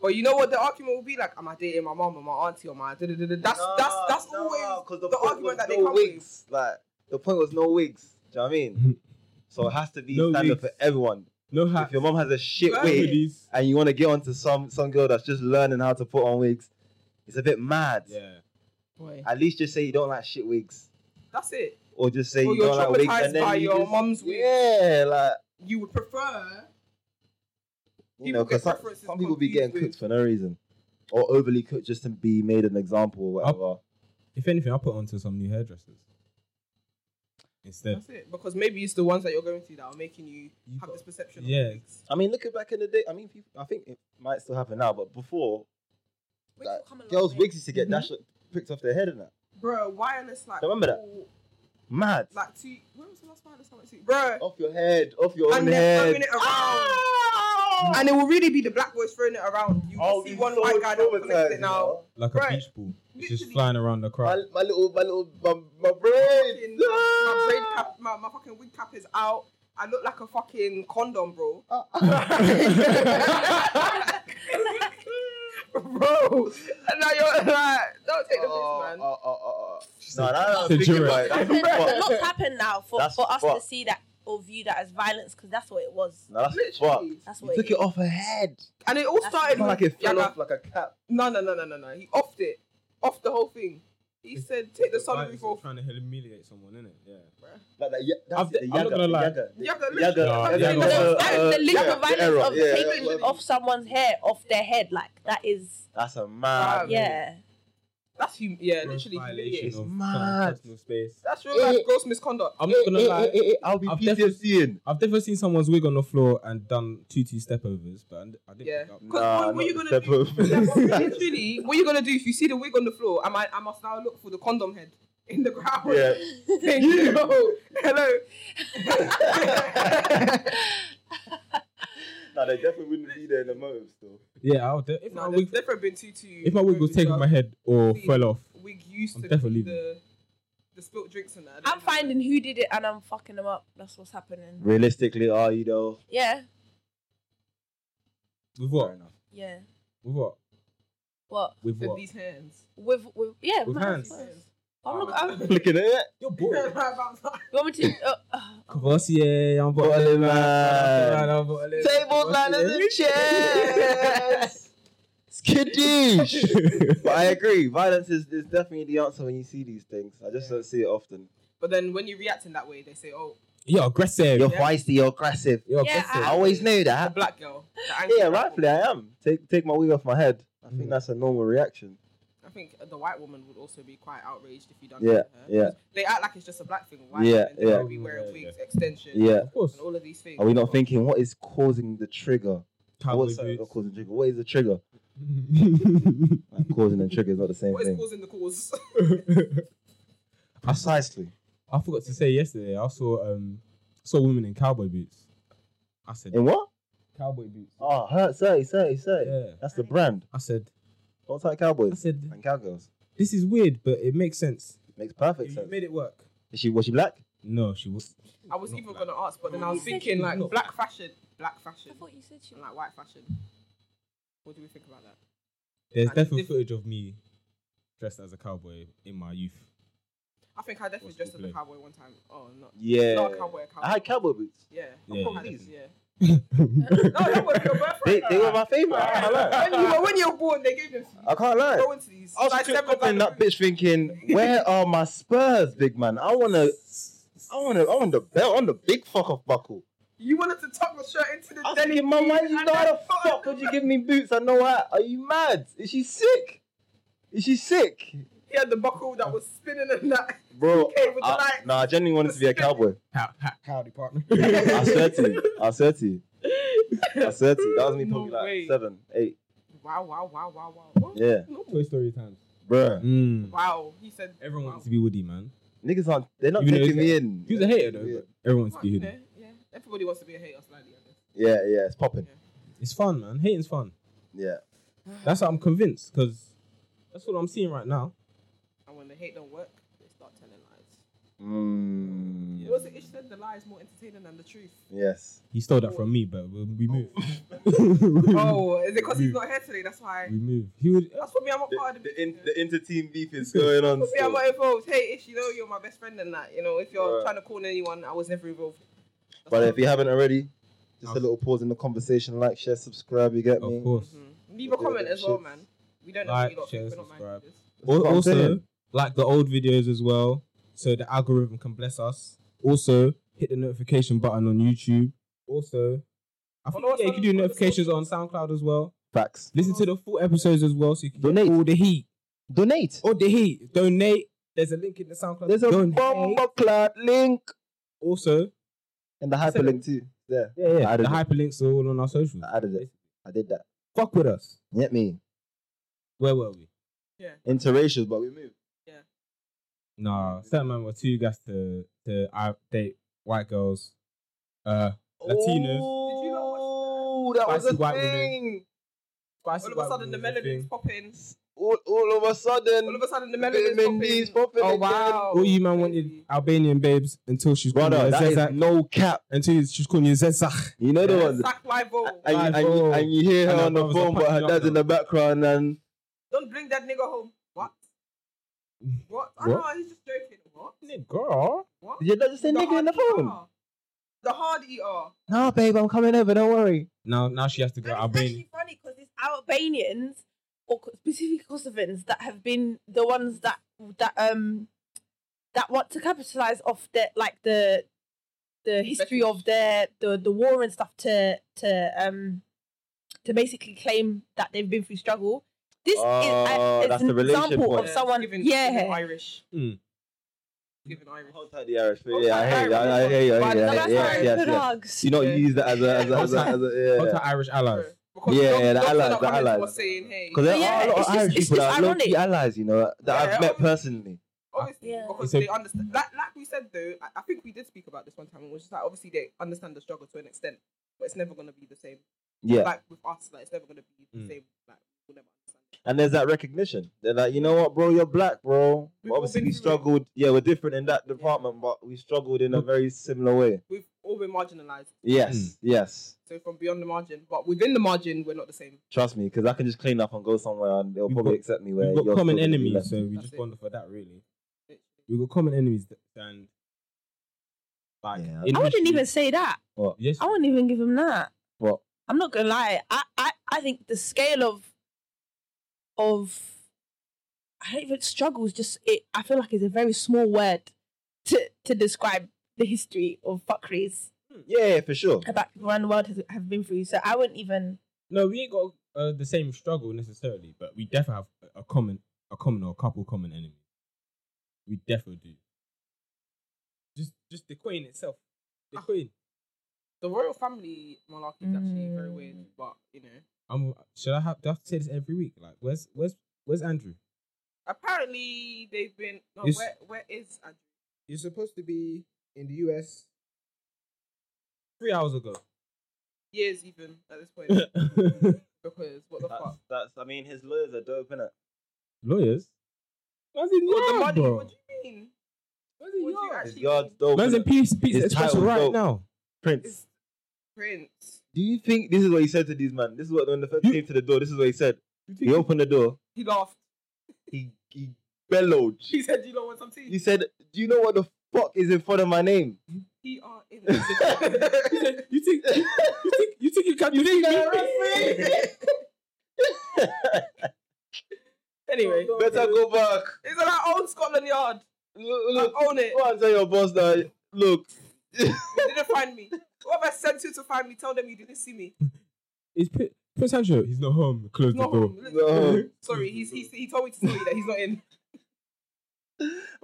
Speaker 1: But you know what the argument will be like? Am I dating my mom or my auntie or my? da- da- da- da- That's that's that's always.
Speaker 2: because
Speaker 1: the argument that they
Speaker 2: no
Speaker 1: come with.
Speaker 2: wigs. Like the point was no wigs. Do you know what I mean?
Speaker 3: Mhm.
Speaker 2: so it has to be
Speaker 3: No
Speaker 2: standard
Speaker 3: wigs.
Speaker 2: for everyone.
Speaker 3: no hat
Speaker 2: If your mom has a shit
Speaker 1: Right.
Speaker 2: wig,
Speaker 3: hoodies.
Speaker 2: and you want to get onto some some girl that's just learning how to put on wigs, it's a bit mad.
Speaker 3: yeah
Speaker 1: Boy,
Speaker 2: At least just say you don't like shit wigs,
Speaker 1: that's it.
Speaker 2: or just say
Speaker 1: Or
Speaker 2: you
Speaker 1: you're
Speaker 2: don't like wigs,
Speaker 1: traumatized
Speaker 2: and then
Speaker 1: by
Speaker 2: you
Speaker 1: your
Speaker 2: just-
Speaker 1: mum's wig.
Speaker 2: Yeah, like
Speaker 1: You would prefer
Speaker 2: you
Speaker 1: People
Speaker 2: know,
Speaker 1: get
Speaker 2: because some,
Speaker 1: preferences
Speaker 2: some people be getting
Speaker 1: confused with-
Speaker 2: cooked for no reason, or overly cooked just to be made an example or
Speaker 3: Up-
Speaker 2: whatever.
Speaker 3: If anything, I'll put onto some new hairdressers. Instead.
Speaker 1: That's it. Because maybe it's the ones that you're going through that are making you,
Speaker 3: You
Speaker 1: have
Speaker 3: got-
Speaker 1: this perception.
Speaker 3: Yeah.
Speaker 1: Of wigs.
Speaker 2: I mean, looking back in the day, I mean, people, I think it might still happen now, but before,
Speaker 6: Wigs
Speaker 2: like,
Speaker 6: will come a long
Speaker 2: girls'
Speaker 6: way.
Speaker 2: wigs used to get dashed, picked off their head and that.
Speaker 1: Bro, wireless like.
Speaker 2: Remember that?
Speaker 1: all-
Speaker 2: Mad.
Speaker 1: Like two. When was the last wireless I went to? Bro,
Speaker 2: off your head, off your own
Speaker 1: and they're
Speaker 2: head. Ah!
Speaker 1: throwing it around. And it will really be the black boys throwing it around. You
Speaker 2: Oh,
Speaker 1: see
Speaker 2: we
Speaker 1: one
Speaker 2: so
Speaker 1: white guy that
Speaker 2: traumatized,
Speaker 1: collects it
Speaker 2: you
Speaker 1: now.
Speaker 2: know.
Speaker 3: Like
Speaker 1: Right.
Speaker 3: a beach ball. It's just
Speaker 1: Literally.
Speaker 3: flying around the
Speaker 2: My,
Speaker 3: crowd.
Speaker 2: my little, my little, my, my
Speaker 1: fucking-
Speaker 2: brain.
Speaker 1: my braid cap, my, my fucking wig cap is out. I look like a fucking condom, bro. bro, and now you're like, don't take the
Speaker 2: Oh,
Speaker 1: piss, man.
Speaker 2: No, no, no.
Speaker 3: It's a
Speaker 2: thinking
Speaker 3: jury.
Speaker 2: about it, that's
Speaker 6: But
Speaker 2: fucked.
Speaker 6: lots happen now for,
Speaker 2: That's
Speaker 6: for us to
Speaker 2: fucked.
Speaker 6: see that or view that as violence because that's what it was.
Speaker 2: No, that's
Speaker 1: Literally.
Speaker 2: fucked.
Speaker 6: That's
Speaker 2: You
Speaker 6: what
Speaker 2: took
Speaker 6: it
Speaker 2: it off her head.
Speaker 1: And it all
Speaker 6: That's
Speaker 1: started
Speaker 2: It's like
Speaker 1: with
Speaker 2: it fell
Speaker 1: Yaga.
Speaker 2: off like a cap.
Speaker 1: No, no, no, no, no, no. He offed it, off the whole thing. He
Speaker 3: It's-
Speaker 1: said, take the
Speaker 3: It's like
Speaker 1: sunroof off.
Speaker 3: Trying to humiliate someone, innit? Yeah.
Speaker 2: Like that. Yeah, that's
Speaker 3: I've-
Speaker 2: it, the
Speaker 3: I'm
Speaker 2: Yaga.
Speaker 3: not gonna
Speaker 2: the
Speaker 3: lie.
Speaker 2: Yaga. the-
Speaker 1: Yaga, literally,
Speaker 2: Yaga.
Speaker 3: Nah,
Speaker 2: Yaga,
Speaker 3: Yaga.
Speaker 6: But
Speaker 2: uh,
Speaker 6: that, that is the
Speaker 2: yeah,
Speaker 6: literal
Speaker 2: the
Speaker 6: violence
Speaker 2: error,
Speaker 6: of
Speaker 2: yeah,
Speaker 6: taking
Speaker 2: yeah.
Speaker 6: off someone's hair off their head. Like that is
Speaker 2: That's a man.
Speaker 1: Right.
Speaker 6: yeah.
Speaker 1: That's hum- yeah,
Speaker 3: gross
Speaker 1: literally
Speaker 3: violation
Speaker 1: humiliating.
Speaker 3: of
Speaker 2: mad.
Speaker 3: personal space.
Speaker 1: That's real life
Speaker 2: Eh.
Speaker 1: gross misconduct.
Speaker 3: I'm not gonna lie.
Speaker 2: I'll be
Speaker 3: I've
Speaker 2: PTSDing.
Speaker 3: I've definitely seen someone's wig on the floor and done two two step overs, but I d- I didn't.
Speaker 1: Yeah.
Speaker 3: pick up.
Speaker 1: 'Cause what were you
Speaker 2: not
Speaker 1: gonna
Speaker 2: step
Speaker 1: do?
Speaker 2: over.
Speaker 1: Yeah, but literally, what are you gonna do if you see the wig on the floor? I might, I must now look for the condom head in the ground.
Speaker 2: Yeah.
Speaker 1: Thank you. Hello.
Speaker 2: Nah, they definitely wouldn't be there in the motive still.
Speaker 3: Yeah, I'll de- if
Speaker 1: No,
Speaker 3: my
Speaker 1: there's
Speaker 3: wig
Speaker 1: definitely been two two.
Speaker 3: if my wig was taken off my head or
Speaker 1: Please.
Speaker 3: fell off,
Speaker 1: wig used
Speaker 3: I'm
Speaker 1: to
Speaker 3: definitely
Speaker 1: the the spilt drinks and that. I don't
Speaker 6: I'm
Speaker 1: know.
Speaker 6: finding who did it and I'm fucking them up. That's what's happening.
Speaker 2: Realistically, are you though?
Speaker 6: Yeah,
Speaker 3: with what?
Speaker 6: yeah.
Speaker 3: With what?
Speaker 6: What
Speaker 3: With
Speaker 1: With
Speaker 3: what?
Speaker 1: these hands.
Speaker 6: with with yeah?
Speaker 3: With
Speaker 6: man, of
Speaker 3: hands.
Speaker 6: course.
Speaker 1: Hands.
Speaker 6: I'm look. I'm, you
Speaker 2: Looking at it.
Speaker 3: You're bored.
Speaker 6: want me to? Uh, uh,
Speaker 3: Cavassier, I'm
Speaker 2: Bottle
Speaker 3: bottling
Speaker 2: man.
Speaker 3: Table
Speaker 2: chairs. Skittish. but I agree. Violence is, is definitely the answer when you see these things. I just don't see it often.
Speaker 1: But then when you react in that way, they say, "Oh,
Speaker 3: You're aggressive.
Speaker 2: You're
Speaker 1: Yeah.
Speaker 2: feisty. You're aggressive.
Speaker 3: You're
Speaker 6: Yeah,
Speaker 3: aggressive.
Speaker 2: I always knew
Speaker 1: a
Speaker 2: that.
Speaker 1: black girl." the angry
Speaker 2: Yeah,
Speaker 1: black
Speaker 2: rightfully
Speaker 1: woman."
Speaker 2: I am. Take take my wig off my head. I think
Speaker 3: Mm.
Speaker 2: that's a normal reaction.
Speaker 1: I think the white woman would also be quite outraged if you done
Speaker 2: Yeah,
Speaker 1: that to her.
Speaker 2: yeah.
Speaker 1: 'Cause They act like it's just a black thing. White
Speaker 2: Yeah,
Speaker 1: women, they
Speaker 2: yeah.
Speaker 1: will be wearing wigs, extensions,
Speaker 2: Yeah.
Speaker 3: Of course.
Speaker 1: and all of these things.
Speaker 2: Are we not thinking what is causing the trigger?
Speaker 3: Cowboy
Speaker 2: What's not
Speaker 3: boots.
Speaker 2: causing the trigger? What is the trigger? Like, causing and trigger is not the same
Speaker 1: What is
Speaker 2: thing.
Speaker 1: causing the cause?
Speaker 2: Precisely.
Speaker 3: I forgot to say yesterday. I saw um saw women in cowboy boots. I said
Speaker 2: In what?
Speaker 3: cowboy boots.
Speaker 2: Oh, hurt, 30, 30, 30.
Speaker 3: Yeah.
Speaker 2: That's the brand.
Speaker 3: I said
Speaker 2: What's like
Speaker 3: I
Speaker 2: cowboys
Speaker 3: said
Speaker 2: and cowgirls?
Speaker 3: this is weird, but it makes sense.
Speaker 2: Makes
Speaker 3: You-
Speaker 2: perfect
Speaker 3: You
Speaker 2: sense.
Speaker 3: made it work.
Speaker 2: Is she was she black?
Speaker 3: No, she was.
Speaker 1: I was
Speaker 3: Not
Speaker 1: even
Speaker 3: black.
Speaker 1: gonna ask, but then I
Speaker 6: You
Speaker 1: was
Speaker 6: said
Speaker 1: thinking
Speaker 6: she's
Speaker 1: like
Speaker 3: not
Speaker 1: black fashion, black fashion,
Speaker 6: I thought you said she.
Speaker 1: and like white fashion. What do we think about that?
Speaker 3: There's
Speaker 1: Like,
Speaker 3: definitely
Speaker 1: diff-
Speaker 3: footage of me dressed as a cowboy in my youth.
Speaker 1: I think I definitely
Speaker 3: What's the
Speaker 1: dressed as a
Speaker 3: play?
Speaker 1: cowboy one time. Oh, not
Speaker 2: Yeah.
Speaker 1: not a cowboy, a cowboy.
Speaker 2: I had cowboy boots.
Speaker 1: Yeah.
Speaker 3: Yeah,
Speaker 1: Oh,
Speaker 3: yeah,
Speaker 1: please, yeah.
Speaker 3: definitely.
Speaker 1: No, that was your birthright.
Speaker 2: They, they were my favorite. I can't lie.
Speaker 1: when you were when you were born, they gave them to you.
Speaker 2: I can't lie.
Speaker 1: Go into these.
Speaker 2: I was
Speaker 1: Like,
Speaker 2: just
Speaker 1: seven
Speaker 2: opening
Speaker 1: random
Speaker 2: that bitch thinking, where are my spurs, big man? I wanna, I wanna, I want the belt on the big fuck off buckle.
Speaker 1: You wanted to tuck my shirt into the
Speaker 2: I was
Speaker 1: denim.
Speaker 2: thinking, mum, why you
Speaker 1: I
Speaker 2: know how the
Speaker 1: never thought-
Speaker 2: fuck would you give me boots? I know how. Are you mad? Is she sick? Is she sick?
Speaker 1: He had the buckle that was spinning and that.
Speaker 2: Bro,
Speaker 1: Okay, with the
Speaker 2: I,
Speaker 1: lights.
Speaker 2: nah, I genuinely wanted to be a cowboy.
Speaker 3: How, how, howdy, partner.
Speaker 2: I swear to you. I swear to you. I swear to you. That was me
Speaker 1: No
Speaker 2: probably like
Speaker 1: way.
Speaker 2: seven, eight.
Speaker 1: Wow, wow, wow, wow, wow. What?
Speaker 2: Yeah.
Speaker 1: No.
Speaker 3: Toy Story time.
Speaker 2: Bruh.
Speaker 3: Mm.
Speaker 1: Wow. He said.
Speaker 3: Everyone
Speaker 1: wow.
Speaker 3: wants to be Woody, man.
Speaker 2: Niggas aren't, they're not
Speaker 3: Even though
Speaker 2: taking
Speaker 3: he's
Speaker 2: me in.
Speaker 3: He was a hater though.
Speaker 2: Yeah.
Speaker 3: But everyone wants to
Speaker 1: Well,
Speaker 3: be
Speaker 1: you
Speaker 3: Woody.
Speaker 1: know, yeah. Everybody wants to be a hater slightly. I guess.
Speaker 2: Yeah, yeah, it's popping.
Speaker 3: It's fun, man. Hating's fun.
Speaker 2: Yeah.
Speaker 3: That's what I'm convinced because that's what I'm seeing right now.
Speaker 1: And when the hate don't work, they start telling lies.
Speaker 2: Mm.
Speaker 1: It was it said the lie is more entertaining than the truth.
Speaker 2: Yes.
Speaker 3: He stole that from me, but we, we move.
Speaker 1: Oh, is it because he's not here today? That's why.
Speaker 3: we move. He would.
Speaker 1: That's for me. I'm not part of the.
Speaker 2: The, in, the inter-team beef is going on
Speaker 1: See, I'm
Speaker 2: still.
Speaker 1: not involved. Hey, if you know you're my best friend and that, you know, if you're
Speaker 2: Right.
Speaker 1: trying to call anyone, I was never involved. That's
Speaker 2: But
Speaker 1: all.
Speaker 2: if you haven't already, just a
Speaker 3: Of-
Speaker 2: little pause in the conversation. Like, share, subscribe. You get me.
Speaker 3: Of course.
Speaker 1: Mhm. leave a
Speaker 2: Yeah,
Speaker 1: comment
Speaker 2: yeah,
Speaker 1: as well,
Speaker 2: shit.
Speaker 1: man. We don't know what
Speaker 3: Like,
Speaker 1: you lot
Speaker 3: share,
Speaker 1: think. We're not mind
Speaker 3: subscribe.
Speaker 1: readers.
Speaker 2: That's
Speaker 3: Al-
Speaker 2: what I'm
Speaker 3: Also,
Speaker 2: saying.
Speaker 3: like the old videos as well, so the algorithm can bless us. Also, hit the notification button on YouTube. Also, I think
Speaker 1: Follow us
Speaker 3: yeah, you
Speaker 1: on-
Speaker 3: can do
Speaker 1: on the
Speaker 3: notifications on SoundCloud as well.
Speaker 2: facts.
Speaker 3: Listen to the full episodes as well, so you can
Speaker 2: Donate.
Speaker 3: get all the heat.
Speaker 2: Donate.
Speaker 3: All the heat. Donate. There's a link in the SoundCloud.
Speaker 2: There's a
Speaker 3: Donate.
Speaker 2: bomber cloud link
Speaker 3: Also,
Speaker 2: and the hyperlink too. Yeah,
Speaker 3: yeah,
Speaker 2: I Uh,
Speaker 3: yeah.
Speaker 2: added
Speaker 3: The
Speaker 2: it.
Speaker 3: hyperlinks are all on our socials.
Speaker 2: I added it. I did that.
Speaker 3: Fuck with us.
Speaker 2: Get me
Speaker 3: Where were we?
Speaker 2: interracial, but we moved.
Speaker 3: Nah, certain man were too gassed to to out- date white girls. Uh, Latinos.
Speaker 2: Oh, that was
Speaker 3: Spicy
Speaker 2: a
Speaker 3: white women.
Speaker 2: thing.
Speaker 3: Spicy
Speaker 1: All of
Speaker 3: white
Speaker 1: a sudden, the
Speaker 3: women
Speaker 1: melanin's
Speaker 3: thing.
Speaker 1: popping.
Speaker 2: All, all of a
Speaker 1: All of
Speaker 2: sudden,
Speaker 1: a sudden, the
Speaker 2: vitamin D
Speaker 1: melanin's
Speaker 2: is
Speaker 1: popping.
Speaker 2: popping.
Speaker 1: Oh
Speaker 2: again.
Speaker 1: wow!
Speaker 3: All you man wanted Albanian babes until she's calling
Speaker 2: brother.
Speaker 3: you
Speaker 2: That is
Speaker 3: Zezak.
Speaker 2: no cap.
Speaker 3: Until she's calling you Zezak.
Speaker 2: You know the
Speaker 3: Yeah.
Speaker 2: ones.
Speaker 1: Sack my ball.
Speaker 2: And, you- and, you,
Speaker 3: Five-oh.
Speaker 2: and you hear her
Speaker 3: And her
Speaker 2: on the
Speaker 3: brothers are
Speaker 2: phone, but her
Speaker 3: punching up
Speaker 2: dad's in
Speaker 3: now.
Speaker 2: the background, and
Speaker 1: Don't bring that nigga home. What? What? I know
Speaker 3: What?
Speaker 1: he's just joking. What?
Speaker 3: Nigga.
Speaker 1: What?
Speaker 2: your dad just say nigga in the
Speaker 1: hard
Speaker 2: phone.
Speaker 1: ER. The hard ER.
Speaker 2: Nah, babe, I'm coming over. Don't worry.
Speaker 3: Now, now she has to go
Speaker 6: And it's
Speaker 3: Albanian.
Speaker 6: actually funny because it's Albanians or co- specifically Kosovans that have been the ones that that um that want to capitalize off their like the the history of their the the war and stuff to to um to basically claim that they've been through struggle This is
Speaker 2: Oh,
Speaker 6: I, it's
Speaker 2: that's
Speaker 6: an
Speaker 2: the relation
Speaker 6: example
Speaker 2: point.
Speaker 6: of someone.
Speaker 1: given,
Speaker 6: yeah.
Speaker 1: given Irish.
Speaker 3: Mm.
Speaker 1: Given Irish.
Speaker 2: Hold tight the Irish, but yeah, I hear you. I, I
Speaker 1: Irish.
Speaker 2: hear you. I
Speaker 1: But
Speaker 2: hear you. I
Speaker 1: that's
Speaker 2: hear you.
Speaker 1: Irish
Speaker 2: Yes, yes, yes.
Speaker 4: Drugs.
Speaker 2: You know, you use that as a, as a, as a, as a
Speaker 3: What's
Speaker 2: yeah.
Speaker 3: our Irish allies?
Speaker 1: Because
Speaker 2: Yeah,
Speaker 1: Dr-
Speaker 2: yeah, the
Speaker 1: Dr.
Speaker 2: allies, the
Speaker 1: Collins
Speaker 2: allies.
Speaker 1: was saying, hey,
Speaker 2: Because there
Speaker 6: yeah,
Speaker 2: are a lot
Speaker 6: it's
Speaker 2: of
Speaker 6: just-
Speaker 2: Irish
Speaker 6: it's
Speaker 2: people that
Speaker 6: just
Speaker 2: are low
Speaker 6: ironic.
Speaker 2: allies, you know, that
Speaker 1: Yeah,
Speaker 2: I've met
Speaker 1: obviously.
Speaker 2: personally.
Speaker 1: obviously,
Speaker 6: Yeah.
Speaker 1: because
Speaker 3: It's a-
Speaker 1: they understand. Like, like we said though, I, I think we did speak about this one time. It was just like obviously they understand the struggle to an extent, but it's never gonna be the same.
Speaker 2: Yeah.
Speaker 1: Like with us, like it's never gonna be the
Speaker 3: Mm.
Speaker 1: same. Like we'll never understand.
Speaker 2: And there's that recognition. They're like, you know what, bro, you're black, bro.
Speaker 1: We've all
Speaker 2: Obviously,
Speaker 1: been
Speaker 2: we
Speaker 1: through it.
Speaker 2: struggled. Yeah, we're different in that department, but we struggled in a very similar way.
Speaker 1: We've all been marginalized,
Speaker 2: Yes,
Speaker 3: Mm.
Speaker 2: yes.
Speaker 1: so from beyond the margin, but within the margin, we're not the same.
Speaker 2: Trust me, because I can just clean up and go somewhere and they'll
Speaker 3: We've
Speaker 2: probably
Speaker 3: got-
Speaker 2: accept me where
Speaker 3: We've
Speaker 2: you're
Speaker 3: got common
Speaker 2: still gonna be
Speaker 3: enemies,
Speaker 2: left.
Speaker 3: so we
Speaker 1: That's
Speaker 3: just
Speaker 1: it.
Speaker 3: bond for that, really.
Speaker 1: Literally.
Speaker 3: We've got common enemies th- and like
Speaker 2: Yeah.
Speaker 3: in
Speaker 6: I wouldn't
Speaker 3: history-
Speaker 6: even say that.
Speaker 2: What?
Speaker 3: Yes,
Speaker 6: I wouldn't even give him that.
Speaker 2: What?
Speaker 6: I'm not gonna lie. I, I, I think the scale of of I don't even struggle is just it I feel like it's a very small word to to describe the history of fuckeries
Speaker 2: hmm, Yeah, yeah, for sure.
Speaker 6: that people around the world has, have been through. So I wouldn't even
Speaker 3: no, we ain't got uh, the same struggle necessarily, but we definitely have a common, a common or a couple common enemies. We definitely do. Just, just the queen itself, the
Speaker 1: Ah.
Speaker 3: queen.
Speaker 1: The royal family malarkey is actually very
Speaker 6: Mm.
Speaker 1: weird, but you know,
Speaker 3: I'm. Should I have? Do I have to say this every week? Like, where's, where's, where's Andrew?
Speaker 1: apparently they've been. No,
Speaker 3: Is-
Speaker 1: where where is Andrew?
Speaker 3: You're supposed to be in the US three hours ago.
Speaker 1: years even at this point? because what the
Speaker 2: That's,
Speaker 1: fuck?
Speaker 2: that's, I mean, his lawyers are dope, innit?
Speaker 3: Lawyers. Man's in
Speaker 1: What the
Speaker 3: yard,
Speaker 1: money?
Speaker 3: bro.
Speaker 1: What do you mean?
Speaker 3: Man's in
Speaker 1: what do you
Speaker 3: yard.
Speaker 1: actually-
Speaker 2: His yard's dope.
Speaker 3: Man's in
Speaker 2: innit?
Speaker 3: peace, pizza
Speaker 2: His
Speaker 3: express
Speaker 2: title's
Speaker 3: right
Speaker 2: dope.
Speaker 3: now.
Speaker 2: Prince.
Speaker 1: It's Prince.
Speaker 2: Do you think this is what he said to these men? This is what when the first
Speaker 3: You-
Speaker 2: came to the door. This is what he said.
Speaker 3: You think
Speaker 2: He opened the door.
Speaker 1: He laughed.
Speaker 2: He he bellowed.
Speaker 1: He said, "You don't want some tea."
Speaker 2: He said, "Do you know what the fuck is in front of my name?"
Speaker 1: He are in.
Speaker 3: You think you think you think you think you can you think
Speaker 1: anyway,
Speaker 2: Better go back.
Speaker 1: it's like old Scotland Yard.
Speaker 2: Look,
Speaker 1: I
Speaker 2: look,
Speaker 1: own it.
Speaker 2: go and tell your boss that. Look,
Speaker 1: You didn't find me. Whoever sent you to find me, tell them you didn't see me.
Speaker 3: It's Pri- Prince Andrew. He's not home. Close
Speaker 1: No,
Speaker 3: the door.
Speaker 1: home.
Speaker 2: No.
Speaker 1: sorry. He's, he's he told me to tell you that he's not in.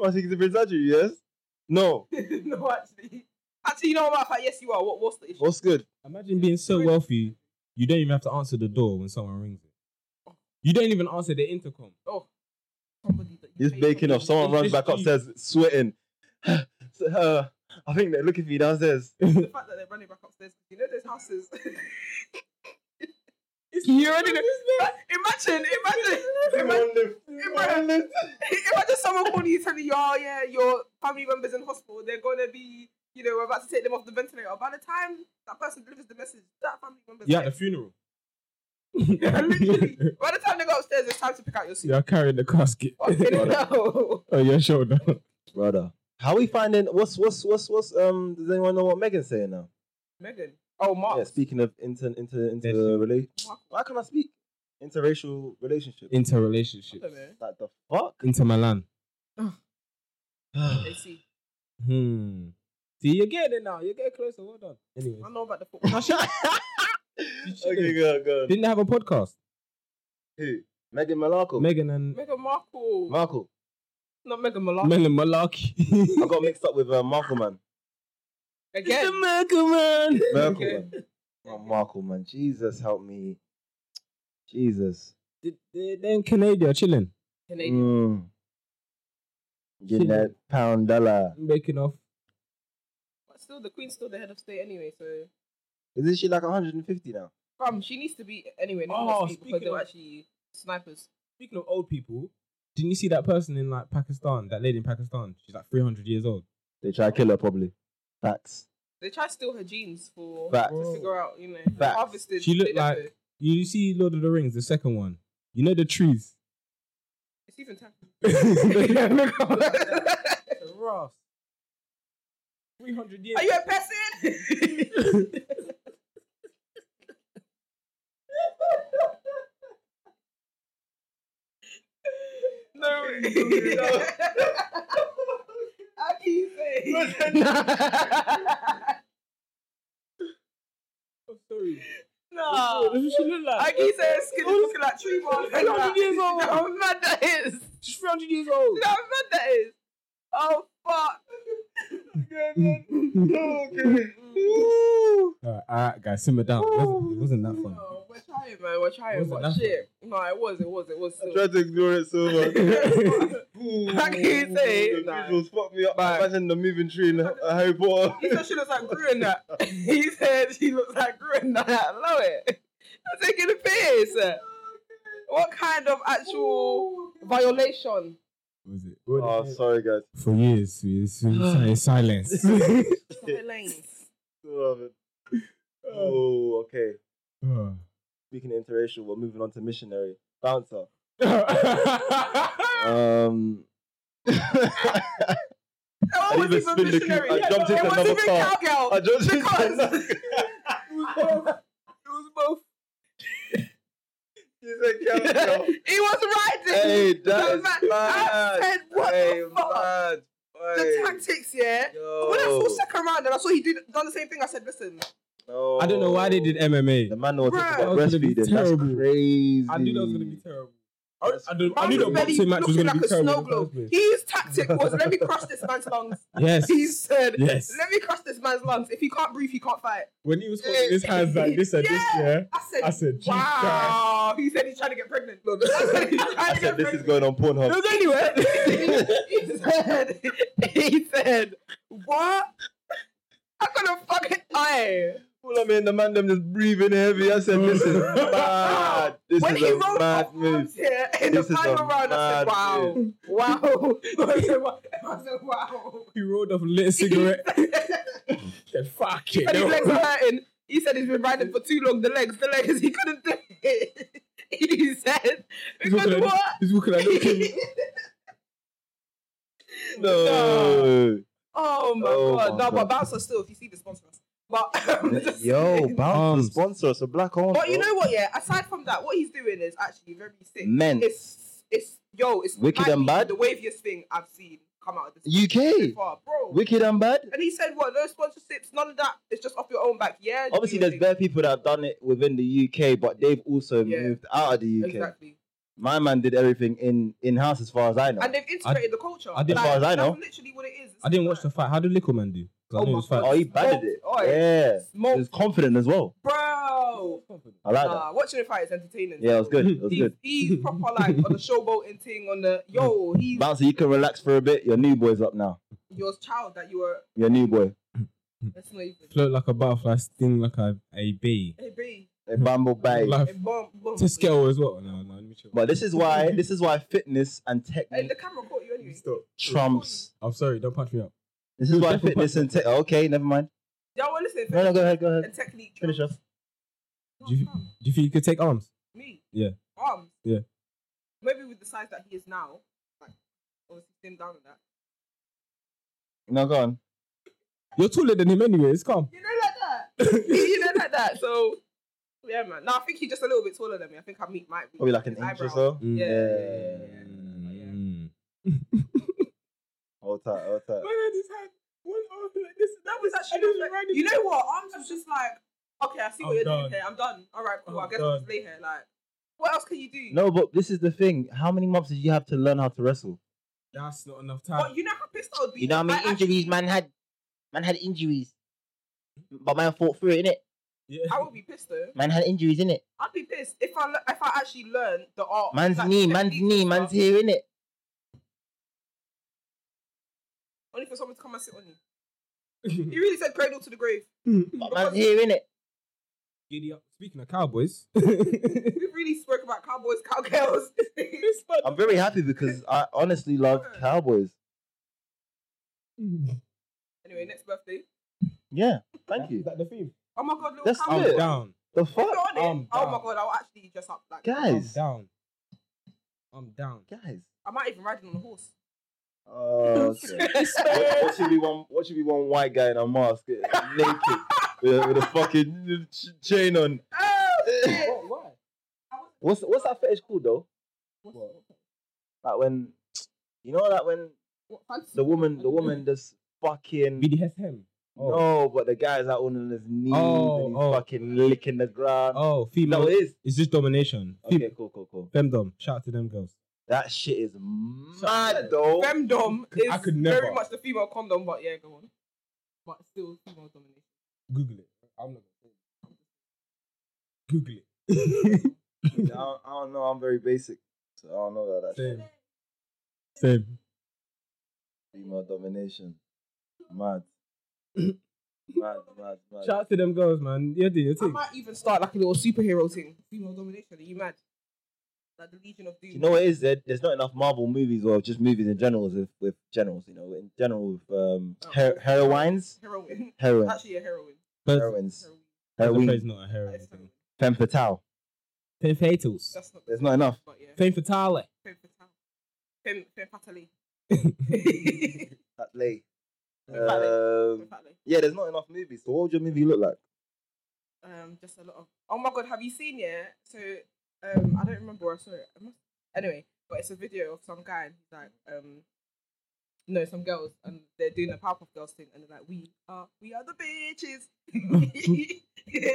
Speaker 2: I'm speaking to Prince Andrew. Yes. No.
Speaker 1: no, actually, actually, you know what? Matter of fact, Yes, you are. What, what's the issue?
Speaker 2: What's good?
Speaker 3: Imagine being so wealthy, you don't even have to answer the door when someone rings it. You don't even answer the intercom.
Speaker 1: Oh, somebody that you
Speaker 2: He's
Speaker 1: paid
Speaker 2: baking off.
Speaker 1: somebody.
Speaker 2: Someone runs
Speaker 3: It's
Speaker 2: back
Speaker 3: just
Speaker 2: upstairs, sweating. So, uh, I think they're looking for you downstairs.
Speaker 1: The fact that they're running back upstairs. You know those houses. you already know. Imagine, imagine, imagine. Imagine someone calling you telling you, oh yeah, your family members in hospital, they're gonna be, you know, we're about to take them off the ventilator. By the time that person delivers the message, that family member's
Speaker 3: Yeah,
Speaker 1: dead.
Speaker 3: the funeral.
Speaker 1: Literally. By the time they go upstairs, it's time to pick out your suit.
Speaker 3: You're carrying the casket Oh,
Speaker 1: Fucking
Speaker 2: Got it.
Speaker 1: hell.
Speaker 3: on your shoulder.
Speaker 2: Brother, how we finding? What's what's what's what's um? Does anyone know what Megan's saying now?
Speaker 1: Megan. Oh Mark.
Speaker 2: Yeah, speaking of inter inter inter
Speaker 3: Yes.
Speaker 2: rela-
Speaker 1: Mark.
Speaker 2: Why can I speak? Interracial relationship.
Speaker 1: I
Speaker 3: Interrelationships.
Speaker 1: don't know.
Speaker 2: like the fuck?
Speaker 3: Inter Milan.
Speaker 1: AC.
Speaker 3: Hmm. See, you're getting it now. You're getting closer. Well done. Anyway.
Speaker 1: I know about the football.
Speaker 2: okay, go on, go on.
Speaker 3: Didn't they have a podcast?
Speaker 2: Who? Megan Malarkle.
Speaker 3: Oh. Megan and
Speaker 1: Megan Markle.
Speaker 2: Markle.
Speaker 1: Not Megan Malone.
Speaker 3: Megan Malarkey.
Speaker 2: I got mixed up with uh, Markle man.
Speaker 1: Again.
Speaker 3: Merkel man.
Speaker 2: Merkel man. Oh, Markle man. Jesus help me. Jesus.
Speaker 3: They, they're in Canada chilling,
Speaker 1: Canadian.
Speaker 2: Mm. Getting that pound dollar.
Speaker 3: making off.
Speaker 1: But still the Queen's still the head of state anyway, so
Speaker 2: Isn't she like 150 now?
Speaker 1: fam, she needs to be anyway, not
Speaker 3: Oh,
Speaker 1: oh, because
Speaker 3: speaking
Speaker 1: they were
Speaker 3: of-
Speaker 1: actually snipers.
Speaker 3: Speaking of old people, didn't you see that person in like Pakistan? That lady in Pakistan, she's like 300 years old.
Speaker 2: They try to kill her probably. Facts.
Speaker 1: They tried to steal her jeans for
Speaker 2: Facts.
Speaker 1: to figure out, you know,
Speaker 2: Facts.
Speaker 1: harvested.
Speaker 3: She looked
Speaker 1: they left
Speaker 3: like-
Speaker 1: her.
Speaker 3: You see Lord of the Rings, the second one. You know the trees.
Speaker 1: it's even time.
Speaker 3: Ross. 300 years.
Speaker 1: Are you a person? no. How can you say?
Speaker 3: I'm sorry.
Speaker 1: no.
Speaker 3: That's what she looked
Speaker 1: How
Speaker 3: like.
Speaker 1: can you say a skinny looking like that tree, man.
Speaker 3: Three hundred years old.
Speaker 1: How mad that is.
Speaker 3: She's 300 years old.
Speaker 1: How mad that is. Oh, fuck.
Speaker 3: All right, all right, guys, simmer down. It wasn't, it wasn't that fun.
Speaker 1: No, we're trying, man. We're trying,
Speaker 3: Wasn't
Speaker 1: but
Speaker 3: that
Speaker 1: shit. No, it was, it was, it was.
Speaker 2: I tried to ignore it so much.
Speaker 1: I can't say
Speaker 2: The
Speaker 1: it. Nah.
Speaker 2: visuals fucked me up.
Speaker 1: Bye.
Speaker 2: Imagine the moving tree in Ha- Harry Potter.
Speaker 1: He said she looks like Gru in that. He said she looks like Gru in that. I love it. I'm taking a piss. What kind of actual violation?
Speaker 3: What was it?
Speaker 2: Oh, sorry guys.
Speaker 3: For years, we assumed silence. oh,
Speaker 2: Love it. Oh, okay.
Speaker 3: oh
Speaker 2: Speaking of interracial, we're moving on to missionary bouncer. Um,
Speaker 1: That one
Speaker 2: I
Speaker 1: was
Speaker 2: even
Speaker 1: even
Speaker 2: spin the
Speaker 1: missionary.
Speaker 2: cube. I jumped
Speaker 1: it
Speaker 2: into
Speaker 1: was
Speaker 2: another
Speaker 1: even
Speaker 2: car.
Speaker 1: cowgirl.
Speaker 2: I just
Speaker 1: Because-
Speaker 2: it was both. You said cowgirl.
Speaker 1: He was riding.
Speaker 2: Hey,
Speaker 1: The
Speaker 2: that is
Speaker 1: man- I
Speaker 2: mad.
Speaker 1: said, what
Speaker 2: Hey,
Speaker 1: the fuck?
Speaker 2: mad. Hey.
Speaker 1: The tactics, yeah.
Speaker 2: Yo.
Speaker 1: When I saw second round and I saw he did done the same thing, I said, listen,
Speaker 2: No.
Speaker 3: I don't know why they did
Speaker 2: The
Speaker 3: MMA.
Speaker 2: man was
Speaker 1: Bruh.
Speaker 2: talking
Speaker 1: That
Speaker 2: about
Speaker 3: was gonna be
Speaker 2: breastfeeding. That's
Speaker 3: terrible.
Speaker 2: crazy.
Speaker 3: I knew that was going to be terrible. I,
Speaker 2: That's-
Speaker 3: I, don't- I
Speaker 1: man's
Speaker 3: knew the
Speaker 1: belly
Speaker 3: boxing match was
Speaker 1: looking
Speaker 3: going to
Speaker 1: like
Speaker 3: be
Speaker 1: a snow
Speaker 3: terrible. in the first
Speaker 1: globe.
Speaker 3: place.
Speaker 1: His tactic was, let me crush this man's lungs.
Speaker 3: Yes.
Speaker 1: He said,
Speaker 3: Yes.
Speaker 1: let me crush this man's lungs. If he can't breathe, he can't fight.
Speaker 3: When he was holding his hands like this and this,
Speaker 1: Yeah.
Speaker 3: yeah.
Speaker 1: I said,
Speaker 3: I said, Jesus
Speaker 1: wow. He said he's trying to get pregnant. I said, he's trying
Speaker 2: I
Speaker 1: to
Speaker 2: said
Speaker 1: get
Speaker 2: this is
Speaker 1: pregnant.
Speaker 2: going on Pornhub.
Speaker 1: Look anyway. he said, he said, what? I couldn't fucking eye.
Speaker 2: Well, I mean, the man them just breathing heavy. I said this is mad. This
Speaker 1: when
Speaker 2: is
Speaker 1: he
Speaker 2: a
Speaker 1: rolled
Speaker 2: mad
Speaker 1: off
Speaker 2: move.
Speaker 1: arms here in
Speaker 2: This
Speaker 1: the
Speaker 2: is a
Speaker 1: final round, I said,
Speaker 2: mad
Speaker 1: wow, wow. I said, wow. I said, wow.
Speaker 3: He rolled off, lit a cigarette. said, fuck it.
Speaker 1: And his legs were hurting. He said he's been riding for too long. The legs, the legs, he couldn't do it. He said,
Speaker 3: He's
Speaker 1: because
Speaker 3: walking like-
Speaker 1: what?
Speaker 3: He's walking like looking.
Speaker 2: No.
Speaker 1: oh my
Speaker 2: Oh
Speaker 1: god.
Speaker 2: my
Speaker 1: no, but
Speaker 2: God.
Speaker 1: Bouncer still, if you see the sponsor us. But, um, just
Speaker 2: Yo,
Speaker 1: saying.
Speaker 2: bounce
Speaker 3: Arms.
Speaker 2: the sponsor us a black owned.
Speaker 1: but you know what, yeah? Aside from that, what he's doing is actually very sick.
Speaker 2: men,
Speaker 1: It's, it's, yo, it's
Speaker 2: Wicked
Speaker 1: might
Speaker 2: and
Speaker 1: be
Speaker 2: bad?
Speaker 1: the waviest thing I've seen come out of this. so
Speaker 2: UK,
Speaker 1: far, bro.
Speaker 2: wicked and bad.
Speaker 1: And he said, "What? No sponsorships, none of that. It's just off your own back." Yeah. do
Speaker 2: Obviously,
Speaker 1: your
Speaker 2: there's
Speaker 1: thing.
Speaker 2: bare people that have done it within the UK, but they've also
Speaker 1: Yeah.
Speaker 2: moved out of the UK.
Speaker 1: Exactly.
Speaker 2: My man did everything in in house, as far as I know.
Speaker 1: And they've integrated the culture.
Speaker 3: I didn't-
Speaker 1: Like,
Speaker 2: As far as I know.
Speaker 1: That's literally what it is.
Speaker 3: I didn't watch the fight. How did Lickle Man do? 'Cause I
Speaker 1: Oh
Speaker 3: knew
Speaker 1: my
Speaker 3: was fight.
Speaker 2: oh, he batted it.
Speaker 1: Smoked.
Speaker 2: Yeah, he
Speaker 1: Smoke,
Speaker 2: was confident as well.
Speaker 1: bro.
Speaker 2: I like that.
Speaker 1: Nah, watching the fight is entertaining.
Speaker 2: Yeah, it was good. It was
Speaker 1: Ah, He's,
Speaker 2: good.
Speaker 1: he's proper like on the showboating thing on the yo.
Speaker 2: Mm.
Speaker 1: He's
Speaker 2: Bouncer, you can relax for a bit. Your new boy's up now.
Speaker 1: your child that you were.
Speaker 2: Your new boy. Mm.
Speaker 1: That's not even.
Speaker 3: Float like a butterfly, sting like a, a bee.
Speaker 1: Hey, B.
Speaker 2: A bamboo bag.
Speaker 3: Like,
Speaker 1: And boom, boom.
Speaker 3: to scale as well. No, no, let me chill.
Speaker 2: But this is why this is why fitness and
Speaker 1: And
Speaker 2: technique
Speaker 1: the camera caught you anyway.
Speaker 3: Stop.
Speaker 2: trumps.
Speaker 3: I'm sorry, don't punch me up.
Speaker 2: This is why
Speaker 3: Definitely
Speaker 2: fitness and tech. Okay, never mind.
Speaker 1: Yeah, well, listen.
Speaker 2: No, no, go ahead, go ahead.
Speaker 1: And technique.
Speaker 2: Finish off.
Speaker 3: Do you, do you think you could take arms?
Speaker 1: Me?
Speaker 3: Yeah.
Speaker 1: Arms?
Speaker 3: Yeah.
Speaker 1: Maybe with the size that he is now, like, obviously slim down on that.
Speaker 2: No, go on.
Speaker 3: You're taller than him anyway. It's calm.
Speaker 1: You know, like that. you know, like that. So, yeah, man. No, I think he's just a little bit taller than me. I think I meet might be.
Speaker 2: Probably like an
Speaker 1: his
Speaker 2: inch or
Speaker 1: eyebrow.
Speaker 2: so.
Speaker 3: Mm.
Speaker 1: Yeah.
Speaker 2: Yeah.
Speaker 1: yeah.
Speaker 3: Mm.
Speaker 2: Hold tight, hold tight.
Speaker 1: That was actually. Like, you know what? Arms was just like, okay, I see what
Speaker 3: I'm
Speaker 1: you're
Speaker 3: done.
Speaker 1: doing here. I'm done. All right, cool.
Speaker 3: I'm
Speaker 1: i guess I'll
Speaker 3: done.
Speaker 1: just lay here. Like, what else can you do?
Speaker 2: No, but this is the thing. How many months did you have to learn how to wrestle?
Speaker 3: That's not enough time.
Speaker 1: But you know how pissed I would be.
Speaker 2: You know how many
Speaker 1: I actually-
Speaker 2: injuries man had? Man had injuries. But man fought through it, innit?
Speaker 3: yeah.
Speaker 1: I would be pissed though.
Speaker 2: Man had injuries, innit?
Speaker 1: I'd be pissed if I le- if I actually learned the art.
Speaker 2: Man's
Speaker 1: like,
Speaker 2: knee, man's
Speaker 1: techniques and
Speaker 2: knee,
Speaker 1: stuff,
Speaker 2: man's here, innit?
Speaker 1: Only for someone to come and sit on you. He really said cradle to the grave.
Speaker 2: But man's here, innit?
Speaker 3: Giddy up. Speaking of cowboys,
Speaker 1: We really spoke about cowboys, cowgirls.
Speaker 2: I'm very happy because I honestly love Cowboys.
Speaker 1: anyway, next birthday.
Speaker 2: Yeah, thank you.
Speaker 3: That the theme.
Speaker 1: Oh my god, little
Speaker 2: That's
Speaker 1: cowboy.
Speaker 3: I'm
Speaker 2: it.
Speaker 3: down.
Speaker 2: The
Speaker 1: If you're
Speaker 2: fuck? Um,
Speaker 1: on it,
Speaker 3: I'm
Speaker 1: oh
Speaker 3: down.
Speaker 1: my god, I'll actually dress up like.
Speaker 3: I'm
Speaker 2: Guys,
Speaker 3: down. I'm down.
Speaker 2: guys.
Speaker 1: I might even ride on a horse.
Speaker 2: Oh, okay. what, what should be one? What should be one white guy in a mask, uh, naked, with, a- with a fucking ch- chain on?
Speaker 3: Why?
Speaker 2: What's what's that fetish called though? Like when, you know, like when the woman, the woman just fucking
Speaker 3: BDSM. Oh,
Speaker 2: no, but the guy's like on his knees
Speaker 3: Oh,
Speaker 2: and he's
Speaker 3: oh.
Speaker 2: fucking licking the ground.
Speaker 3: oh
Speaker 2: No,
Speaker 3: female.
Speaker 2: it is.
Speaker 3: It's just domination. Fem-
Speaker 2: Okay, cool, cool, cool.
Speaker 3: Femdom. Shout out to them girls.
Speaker 2: That shit is mad though.
Speaker 1: Femdom is
Speaker 3: I could
Speaker 1: very
Speaker 3: never.
Speaker 1: much the female condom, but yeah, go on. But still female domination.
Speaker 3: Google it. I'm not. Google it.
Speaker 2: I, don't, I don't know. I'm very basic, so I don't know about that shit.
Speaker 3: Same. Same.
Speaker 2: female domination. Mad, mad, mad, mad.
Speaker 3: Shout out to them girls, man. Yeah, do your
Speaker 1: I
Speaker 3: thing.
Speaker 1: might even start like a little superhero thing. Female domination. Are you mad? Like the Legion of Doom.
Speaker 2: you know what it is? There, there's not enough Marvel movies or just movies in general with, with generals. You know, in general with um,
Speaker 3: Oh.
Speaker 2: her- heroines,
Speaker 1: Heroin.
Speaker 2: heroine,
Speaker 1: Actually, a heroine.
Speaker 3: But
Speaker 2: heroines,
Speaker 1: Heroine.
Speaker 2: heroine,
Speaker 3: It's not a hero.
Speaker 1: That is heroin.
Speaker 2: femme fatale.
Speaker 3: Femme fatals.
Speaker 1: That's not.
Speaker 2: There's not enough.
Speaker 1: But yeah.
Speaker 3: Femme fatale.
Speaker 1: Femme fatale. Femme, femme fatale.
Speaker 2: Fatley.
Speaker 1: Femme
Speaker 2: Um,
Speaker 1: fatale.
Speaker 2: yeah, there's not enough movies. So what would your movie look like?
Speaker 1: um, just a lot of. Oh my god, have you seen it? So, um, I don't remember where I saw it. I must- Anyway, but it's a video of some guy and he's like, um, no, some girls and they're doing the Powerpuff Girls thing and they're like, we are, we are the bitches.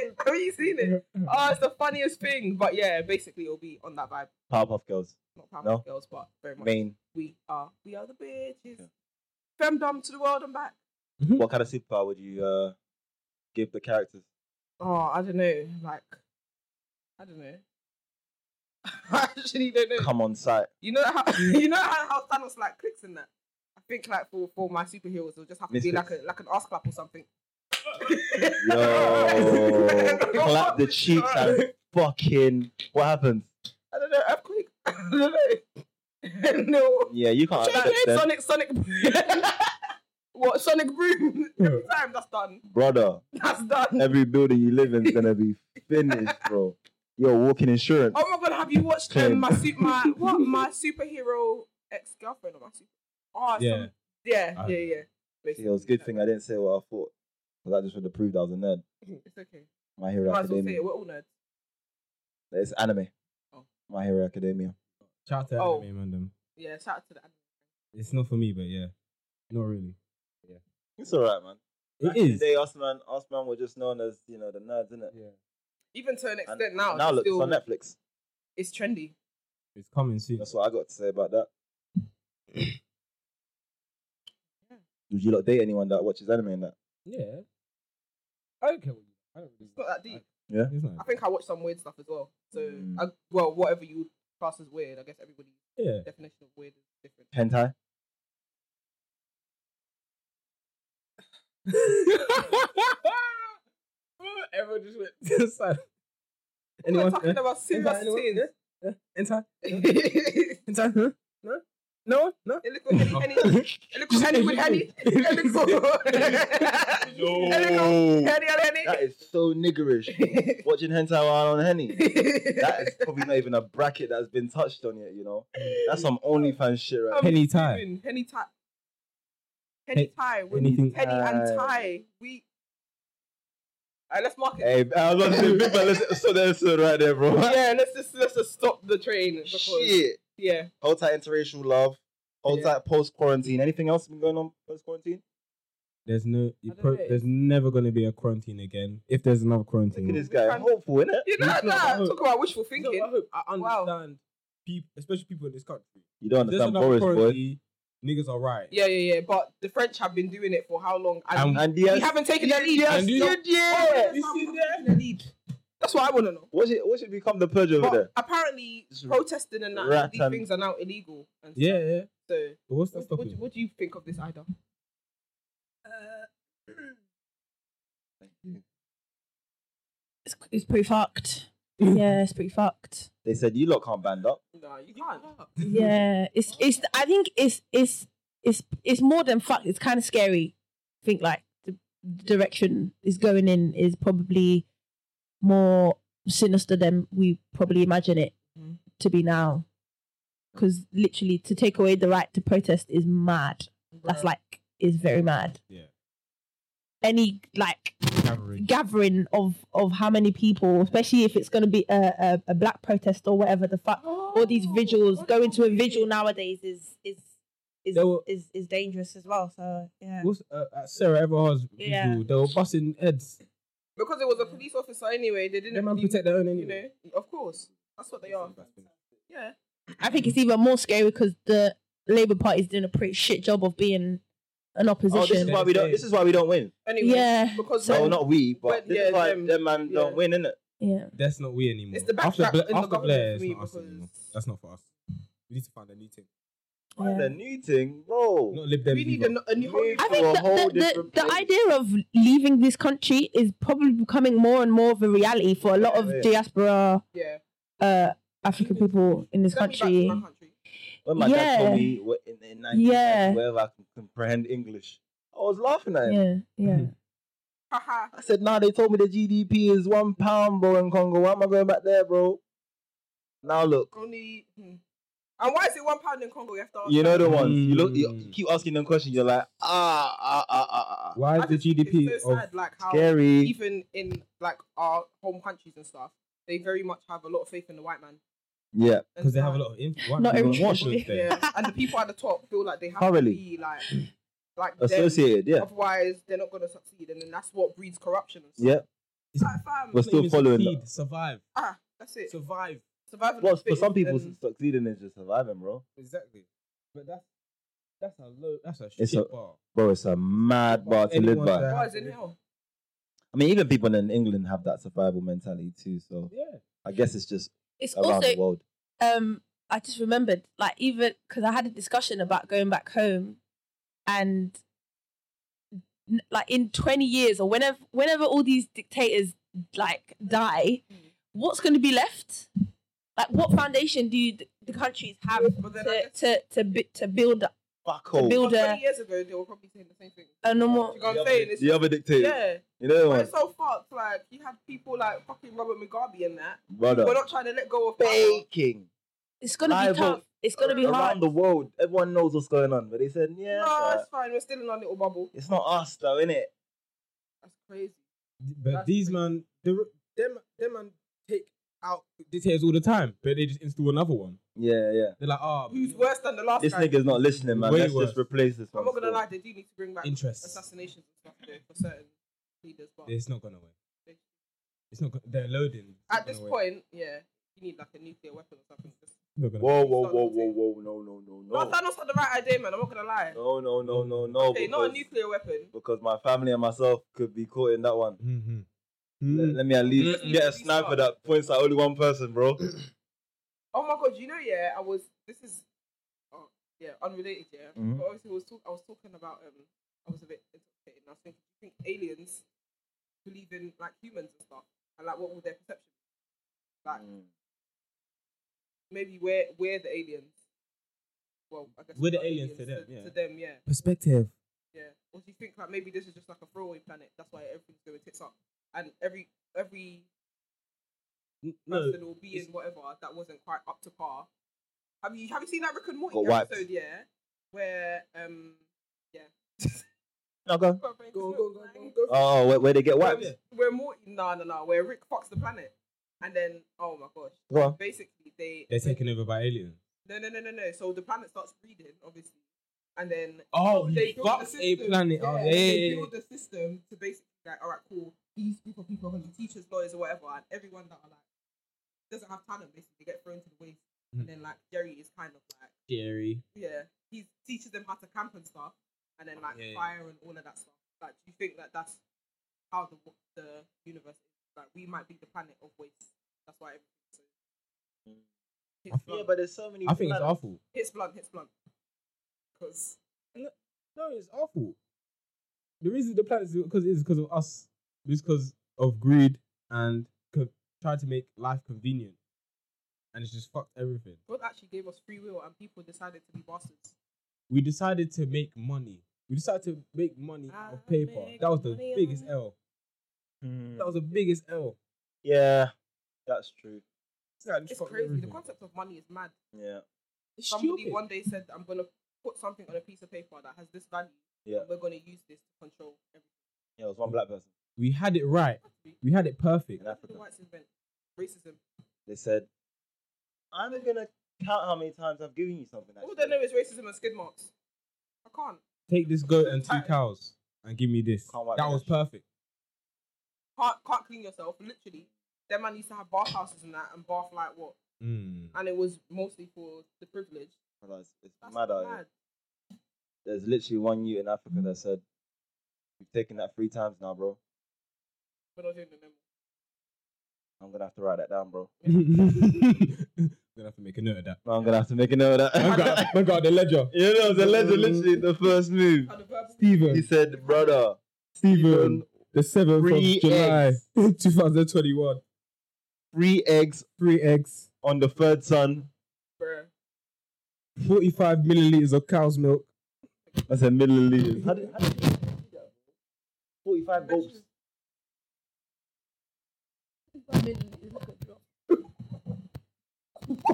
Speaker 1: have you seen it? Oh, it's the funniest thing. But yeah, basically it'll be on that vibe.
Speaker 2: Powerpuff Girls,
Speaker 1: Not Powerpuff
Speaker 2: No.
Speaker 1: Girls, but very much.
Speaker 2: main.
Speaker 1: We are, we are the bitches.
Speaker 2: Yeah.
Speaker 1: Femdom to the world and back.
Speaker 2: What kind of superpower would you uh, give the characters?
Speaker 1: Oh, I don't know. Like, I don't know. I actually don't know.
Speaker 2: Come on site.
Speaker 1: You know how you know how, how Thanos like clicks in that. I think like for, for my superheroes, it'll just have to be like
Speaker 2: Misfits.
Speaker 1: a like an ass clap or something.
Speaker 2: Yo, clap the cheeks and fucking. What happens?
Speaker 1: I don't know. Earthquake. I don't know. no.
Speaker 2: Yeah, you can't.
Speaker 1: Change name,
Speaker 2: accept them.
Speaker 1: Sonic. Sonic. what? Sonic Boom. Every time that's done.
Speaker 2: Brother,
Speaker 1: That's done.
Speaker 2: every building you live in is gonna be finished, bro. You're walking insurance.
Speaker 1: Oh my god, have you watched um,
Speaker 2: Claim.
Speaker 1: my su- my what my superhero ex girlfriend or my super? Oh,
Speaker 3: Yeah.
Speaker 1: some, yeah,
Speaker 3: I-
Speaker 1: yeah, yeah. Basically,
Speaker 2: Uh, it was a good thing I didn't say what I thought, because I just would have proved I was a nerd.
Speaker 1: It's okay.
Speaker 2: My Hero
Speaker 1: Might as well say
Speaker 2: Academia.
Speaker 1: it. We're all nerds.
Speaker 2: It's anime.
Speaker 1: Oh.
Speaker 2: My Hero Academia.
Speaker 3: Shout out to
Speaker 1: Oh.
Speaker 3: oh. anime, man. Them.
Speaker 1: Yeah, shout out to the anime.
Speaker 3: It's not for me, but yeah. Not really.
Speaker 2: It's alright, man.
Speaker 3: It
Speaker 2: in the
Speaker 3: is.
Speaker 2: day, us man, us man were just known as you know the nerds, innit?
Speaker 3: Yeah.
Speaker 1: Even to an
Speaker 2: And
Speaker 1: extent now,
Speaker 2: now
Speaker 1: it's
Speaker 2: look,
Speaker 1: still,
Speaker 2: it's on Netflix.
Speaker 1: it's trendy.
Speaker 3: It's coming soon.
Speaker 2: That's what I got to say about that. Would you not date anyone that watches anime and that?
Speaker 3: Yeah. I don't care what you. I don't really.
Speaker 1: It's not that deep.
Speaker 2: Yeah.
Speaker 3: It's not.
Speaker 1: I think I watched some weird stuff as well. So,
Speaker 2: Mm.
Speaker 1: I, well, whatever you would class as weird, I guess everybody's
Speaker 3: yeah.
Speaker 1: definition of weird is different.
Speaker 2: Hentai?
Speaker 3: Everyone just went to the side.
Speaker 1: We're
Speaker 3: Anyone?
Speaker 1: talking
Speaker 3: Eh?
Speaker 1: about serious
Speaker 3: Anyone?
Speaker 1: things.
Speaker 3: Inside?
Speaker 1: It
Speaker 3: Inside? Huh? No? No? No?
Speaker 1: look good, Henny. It look good, Henny with Henny. It look good. It
Speaker 2: Oh.
Speaker 1: look good, Henny and
Speaker 2: That
Speaker 1: Henny.
Speaker 2: is so niggerish. Watching hentai while on henny. That is probably not even a bracket that's been touched on yet. You know, that's some OnlyFans shit, right?
Speaker 1: Um,
Speaker 3: Henny tie.
Speaker 1: Even Henny tie. Henny
Speaker 3: Hey,
Speaker 1: tie. with
Speaker 3: anything-
Speaker 1: Henny
Speaker 2: Tie.
Speaker 1: and tie. We. Alright, let's mark it.
Speaker 2: Hey, I was about to say, big man, let's, so there's uh, right there, bro.
Speaker 1: yeah, let's just let's just stop the train because
Speaker 2: Shit.
Speaker 1: yeah,
Speaker 2: Hold tight interracial love. Hold
Speaker 1: Yeah.
Speaker 2: tight post quarantine. Anything else been going on post quarantine?
Speaker 3: There's no.
Speaker 1: I don't
Speaker 3: Pro,
Speaker 1: know.
Speaker 3: there's never gonna be a quarantine again. If there's another
Speaker 2: Look at
Speaker 3: quarantine.
Speaker 2: this guy, hopeful, innit?
Speaker 1: you know
Speaker 3: No,
Speaker 1: that.
Speaker 3: no.
Speaker 1: Talk about wishful
Speaker 3: No,
Speaker 1: thinking.
Speaker 3: I hope I
Speaker 1: Wow.
Speaker 3: understand. People, especially people in this country.
Speaker 2: You don't
Speaker 3: If there's
Speaker 2: understand
Speaker 3: another
Speaker 2: Boris, boy.
Speaker 3: quarantine, Niggas are right.
Speaker 1: Yeah, yeah, yeah. But the French have been doing it for how long? And,
Speaker 2: And
Speaker 1: we,
Speaker 2: yes,
Speaker 1: we haven't taken their lead.
Speaker 3: And you-
Speaker 1: Yes,
Speaker 2: yeah.
Speaker 3: You see
Speaker 1: taken their lead. That's what I want to know.
Speaker 2: What should, what should become the purge over
Speaker 1: But
Speaker 2: there?
Speaker 1: apparently,
Speaker 2: It's
Speaker 1: protesting and that,
Speaker 2: rat
Speaker 1: these
Speaker 2: and-
Speaker 1: things are now illegal. And
Speaker 3: Yeah,
Speaker 1: stuff.
Speaker 3: yeah.
Speaker 1: So,
Speaker 3: But what's that
Speaker 1: what, what,
Speaker 3: stopping?
Speaker 1: do- what do you think of this, Ida?
Speaker 6: uh, It's, it's pretty fucked. yeah, it's pretty fucked.
Speaker 2: They said you lot can't band up.
Speaker 1: Nah, you can't.
Speaker 6: Yeah, it's it's. I think it's it's it's it's more than fucked. It's kind of scary. I think like the direction is going in is probably more sinister than we probably imagine it
Speaker 1: Mhm.
Speaker 6: to be now. Because literally, to take away the right to protest is mad. That's like is very mad.
Speaker 3: Yeah.
Speaker 6: Any like
Speaker 3: Gathering.
Speaker 6: gathering of of how many people, especially if it's going to be a, a, a black protest or whatever the fuck. All these
Speaker 1: Oh,
Speaker 6: vigils, going to a vigil nowadays is is is
Speaker 3: There were-
Speaker 6: is, is dangerous as well. So yeah,
Speaker 3: What's, uh, at Sarah Everhard's
Speaker 6: Yeah.
Speaker 3: visual, they were busting heads.
Speaker 1: because it was a police officer anyway. They didn't
Speaker 3: Them man
Speaker 1: really-
Speaker 3: protect their own
Speaker 1: You
Speaker 3: anyway.
Speaker 1: know, of course, that's what they are. Yeah.
Speaker 6: I think it's even more scary because the Labour Party is doing a pretty shit job of being an
Speaker 2: Oh, this is
Speaker 6: opposition.
Speaker 2: why we don't. This is why we don't win.
Speaker 1: Anyway,
Speaker 6: yeah,
Speaker 1: because
Speaker 2: Well,
Speaker 1: when-
Speaker 2: not we,
Speaker 1: But
Speaker 2: but this
Speaker 1: yeah,
Speaker 2: is why
Speaker 1: them-
Speaker 2: them, man
Speaker 1: yeah.
Speaker 2: don't win, innit?
Speaker 6: yeah.
Speaker 3: That's not we anymore.
Speaker 1: It's the
Speaker 3: after,
Speaker 1: backstrap
Speaker 3: Bla-
Speaker 1: in the
Speaker 3: after
Speaker 1: government
Speaker 3: Blair,
Speaker 1: for
Speaker 3: it's
Speaker 1: me
Speaker 3: not us
Speaker 1: because-
Speaker 3: anymore. That's not for us. We need to find a new team.
Speaker 2: Yeah.
Speaker 6: yeah.
Speaker 2: The new thing, bro.
Speaker 3: Not Lib Dems.
Speaker 1: we need
Speaker 3: either.
Speaker 1: a, a new whole new
Speaker 6: I
Speaker 2: I
Speaker 6: think
Speaker 2: think a whole
Speaker 6: the, the,
Speaker 2: different
Speaker 6: the, the
Speaker 2: place.
Speaker 6: idea of leaving this country is probably becoming more and more of a reality for a lot
Speaker 2: Yeah,
Speaker 6: of
Speaker 2: yeah.
Speaker 6: diaspora
Speaker 1: yeah.
Speaker 6: uh, African people in this
Speaker 1: Send me back to
Speaker 6: country.
Speaker 1: my country.
Speaker 2: When my dad
Speaker 6: Yeah.
Speaker 2: told me what- in, in 1990,
Speaker 6: Yeah.
Speaker 2: wherever I can comprehend English, I was laughing at him.
Speaker 6: Yeah, yeah.
Speaker 1: Haha.
Speaker 2: I said, nah, they told me the GDP is one pound, bro, in Congo. Why am I going back there, bro? Now look,
Speaker 1: Only. Hmm. And why is it one pound in Congo? You have to.
Speaker 2: you know the ones. You look, you
Speaker 3: Mm.
Speaker 2: keep asking them questions. You're like, ah, ah, ah, ah, ah.
Speaker 3: Why is the GDP
Speaker 1: It's so
Speaker 3: of
Speaker 1: sad, like how
Speaker 2: Scary.
Speaker 1: even in like our home countries and stuff, they very much have a lot of faith in the white man.
Speaker 2: Yeah,
Speaker 1: And
Speaker 3: because they
Speaker 1: it's
Speaker 3: have a
Speaker 1: like-
Speaker 3: lot of inf- why
Speaker 6: Not
Speaker 3: do we
Speaker 6: every
Speaker 3: want
Speaker 6: country.
Speaker 3: influence there?
Speaker 1: Yeah, and the people at the top feel like they have
Speaker 2: Thoroughly.
Speaker 1: to be like, like them,
Speaker 2: associated. Yeah,
Speaker 1: Otherwise, they're not going to succeed, and then that's what breeds corruption. And stuff.
Speaker 2: yeah.
Speaker 1: It's like, fam,
Speaker 2: We're
Speaker 3: Not
Speaker 2: still
Speaker 3: even
Speaker 2: following.
Speaker 3: succeed,
Speaker 2: that.
Speaker 3: survive,
Speaker 1: ah, that's it.
Speaker 3: survive.
Speaker 1: Survival of
Speaker 2: Well,
Speaker 1: the
Speaker 2: for some
Speaker 1: fittest,
Speaker 2: people,
Speaker 1: and
Speaker 2: succeeding is just surviving, bro.
Speaker 3: Exactly. But that's that's a low. That's a
Speaker 2: It's
Speaker 3: shit
Speaker 2: a-
Speaker 3: bar.
Speaker 2: Bro, it's a mad bar to live
Speaker 3: Anyone
Speaker 2: by.
Speaker 3: that-
Speaker 1: why is it hell?
Speaker 2: I mean, even people in England have that survival mentality too. So
Speaker 3: Yeah.
Speaker 2: I guess it's just
Speaker 6: It's
Speaker 2: around
Speaker 6: also
Speaker 2: the world.
Speaker 6: um I just remembered like even because I had a discussion about going back home and n- like in 20 years or whenever whenever all these dictators like die
Speaker 1: Mm.
Speaker 6: what's going to be left like what foundation do you, the countries have
Speaker 1: But then I
Speaker 6: to
Speaker 1: guess-
Speaker 6: to to, bu- to build
Speaker 2: Fuck
Speaker 6: to build
Speaker 1: Well,
Speaker 6: a,
Speaker 1: 20 years ago, they were probably saying the same thing.
Speaker 6: a normal
Speaker 1: You know what I'm saying? It's,
Speaker 2: The other dictator.
Speaker 1: yeah,
Speaker 2: You know
Speaker 1: but
Speaker 2: what?
Speaker 1: it's so fucked. Like you had people like fucking Robert Mugabe and that.
Speaker 2: Brother.
Speaker 1: We're not trying to let go of power.
Speaker 2: Baking.
Speaker 6: it's going to be
Speaker 2: Liable.
Speaker 6: tough it's going to be
Speaker 2: around
Speaker 6: hard
Speaker 2: the world. Everyone knows what's going on. But they said, yeah,
Speaker 1: No,
Speaker 2: but
Speaker 1: it's fine. We're still in our little bubble.
Speaker 2: it's not us though, innit?
Speaker 1: That's crazy.
Speaker 3: But
Speaker 1: That's
Speaker 3: these
Speaker 1: crazy.
Speaker 3: man, the, them, them man take out dictators all the time, but they just install another one.
Speaker 2: Yeah, yeah.
Speaker 3: They're like, ah,
Speaker 1: Who's worse than the last
Speaker 2: This
Speaker 1: guy?
Speaker 2: nigga's not listening, man.
Speaker 3: Way
Speaker 2: Let's
Speaker 3: worse.
Speaker 2: just replace this
Speaker 1: I'm
Speaker 2: one.
Speaker 1: not gonna
Speaker 2: still.
Speaker 1: lie. They do need to bring back
Speaker 3: interests.
Speaker 1: assassinations and stuff though, for certain leaders. But
Speaker 3: It's not gonna work. It's not. Go- they're loading. It's
Speaker 1: at
Speaker 3: not
Speaker 1: this
Speaker 3: gonna work.
Speaker 1: point, yeah, you need like a nuclear weapon or something. Just...
Speaker 3: It's not gonna work.
Speaker 2: Whoa, whoa, whoa, whoa, whoa, no, no, no,
Speaker 1: No,
Speaker 2: no.
Speaker 1: Thanos had the right idea, man. I'm not gonna lie.
Speaker 2: No, no, no, no, no.
Speaker 1: okay,
Speaker 2: Oh, because,
Speaker 1: not a nuclear weapon.
Speaker 2: because my family and myself could be caught in that one.
Speaker 3: Mhm.
Speaker 2: Let,
Speaker 3: Mm.
Speaker 2: let me at least
Speaker 1: Mm-mm.
Speaker 2: get a sniper that points at only one person, bro.
Speaker 1: Oh my god, you know, yeah, I was. This is, oh, yeah, unrelated, yeah.
Speaker 2: Mhm.
Speaker 1: But obviously, I was, talk, I was talking about. Um, I was a bit intoxicated. And I was thinking, do you think aliens believe in like humans and stuff, and like what would their perception? be? Like
Speaker 2: Mm.
Speaker 1: maybe we're we're the aliens. Well, I guess
Speaker 3: We're the
Speaker 1: not
Speaker 3: aliens to them, yeah.
Speaker 1: To them, yeah,
Speaker 3: Perspective.
Speaker 1: yeah. Or do you think like maybe this is just like a throwaway planet? That's why everything's going tits up, and every every
Speaker 3: N- No,
Speaker 1: person or being
Speaker 3: it's-
Speaker 1: whatever that wasn't quite up to par. Have you have you seen that Rick and Morty
Speaker 2: Got wiped.
Speaker 1: episode? Yeah, where um
Speaker 2: No, go.
Speaker 1: go
Speaker 3: Go, go, go, go,
Speaker 2: Oh, where, where they get
Speaker 1: where,
Speaker 2: wiped?
Speaker 1: where Morty no no no where Rick fucks the planet and then oh my gosh
Speaker 2: Go on.
Speaker 1: basically they
Speaker 3: they're taken over by aliens.
Speaker 1: no no no no no so the planet starts breeding obviously and then
Speaker 3: Oh,
Speaker 1: they
Speaker 3: he
Speaker 1: build the
Speaker 3: fucks
Speaker 1: system.
Speaker 3: a planet. Oh, yeah,
Speaker 1: they
Speaker 3: yeah, yeah.
Speaker 1: build the system to basically like, all right, cool. These group of people are going to be teachers, lawyers, or whatever, and everyone that are like doesn't have talent basically get thrown to the waste.
Speaker 3: Mhm.
Speaker 1: And then like Jerry is kind of like,
Speaker 3: Jerry.
Speaker 1: yeah, he teaches them how to camp and stuff, and then like
Speaker 3: Yeah, yeah.
Speaker 1: fire and all of that stuff. Like, do you think that that's how the wo- the universe is? Like, we might be the planet of waste. That's why. Everything's so...
Speaker 3: Mm. I
Speaker 1: Hits
Speaker 3: think-
Speaker 2: Yeah,
Speaker 1: blunt,
Speaker 2: but there's so many.
Speaker 3: I think it's awful.
Speaker 1: hits blunt, hits blunt. Because
Speaker 3: No, it's awful. The reason the planet is because is because of us. It's because of greed and co- trying to make life convenient, and it's just fucked everything.
Speaker 1: God actually gave us free will, and people decided to be bastards.
Speaker 3: We decided to make money. We decided to make money
Speaker 1: I
Speaker 3: of paper.
Speaker 1: Ah, make
Speaker 3: That was the
Speaker 1: money
Speaker 3: biggest
Speaker 1: on-
Speaker 3: L.
Speaker 2: Mm.
Speaker 3: That was the biggest L.
Speaker 2: Yeah, that's true.
Speaker 3: It's, like, just
Speaker 1: It's
Speaker 3: fucked
Speaker 1: crazy.
Speaker 3: everything.
Speaker 2: Mm-hmm.
Speaker 1: The concept of money is mad.
Speaker 2: Yeah.
Speaker 3: It's
Speaker 1: Somebody
Speaker 3: stupid.
Speaker 1: one day said, "I'm gonna put something on a piece of paper that has this value.
Speaker 2: Yeah.
Speaker 1: and we're gonna use this to control everything."
Speaker 2: Yeah, it was one black person
Speaker 3: We had it right. We had it perfect.
Speaker 2: in
Speaker 1: What did
Speaker 2: Africa.
Speaker 1: the whites invent? Racism.
Speaker 2: They said, I'm gonna count how many times I've given you something.
Speaker 1: All they
Speaker 2: actually."
Speaker 1: know is racism and skid marks. I can't.
Speaker 3: Take this goat and two
Speaker 1: Right.
Speaker 3: cows and give me this.
Speaker 2: Can't wipe
Speaker 3: That
Speaker 2: me
Speaker 3: was
Speaker 2: down.
Speaker 3: perfect.
Speaker 1: Can't can't clean yourself. Literally, their man used to have bath houses and that, and bath like what
Speaker 3: Mm.
Speaker 1: and it was mostly for the privilege.
Speaker 2: It's, it's
Speaker 1: That's
Speaker 2: mad out here.
Speaker 1: mad.
Speaker 2: There's literally one youth in Africa that said, "We've taken that three times now, bro.
Speaker 1: We're not doing it no more.
Speaker 2: I'm gonna have to write that down, bro.
Speaker 3: Gonna have to make a note of that.
Speaker 2: No, I'm gonna have to make a note of that."
Speaker 3: Man got, man got out the ledger.
Speaker 2: you know, the legend literally the first move.
Speaker 1: Had a verbal-
Speaker 2: He
Speaker 3: Stephen,
Speaker 2: said, "Brother,
Speaker 3: Stephen, the seventh of
Speaker 2: Three
Speaker 3: July, two thousand twenty-one.
Speaker 2: three eggs
Speaker 3: Three eggs,
Speaker 2: on the third son.
Speaker 1: bruh.
Speaker 3: forty-five milliliters of cow's milk.
Speaker 2: That's a milliliter. How did, how did you do that? Forty-five gulps.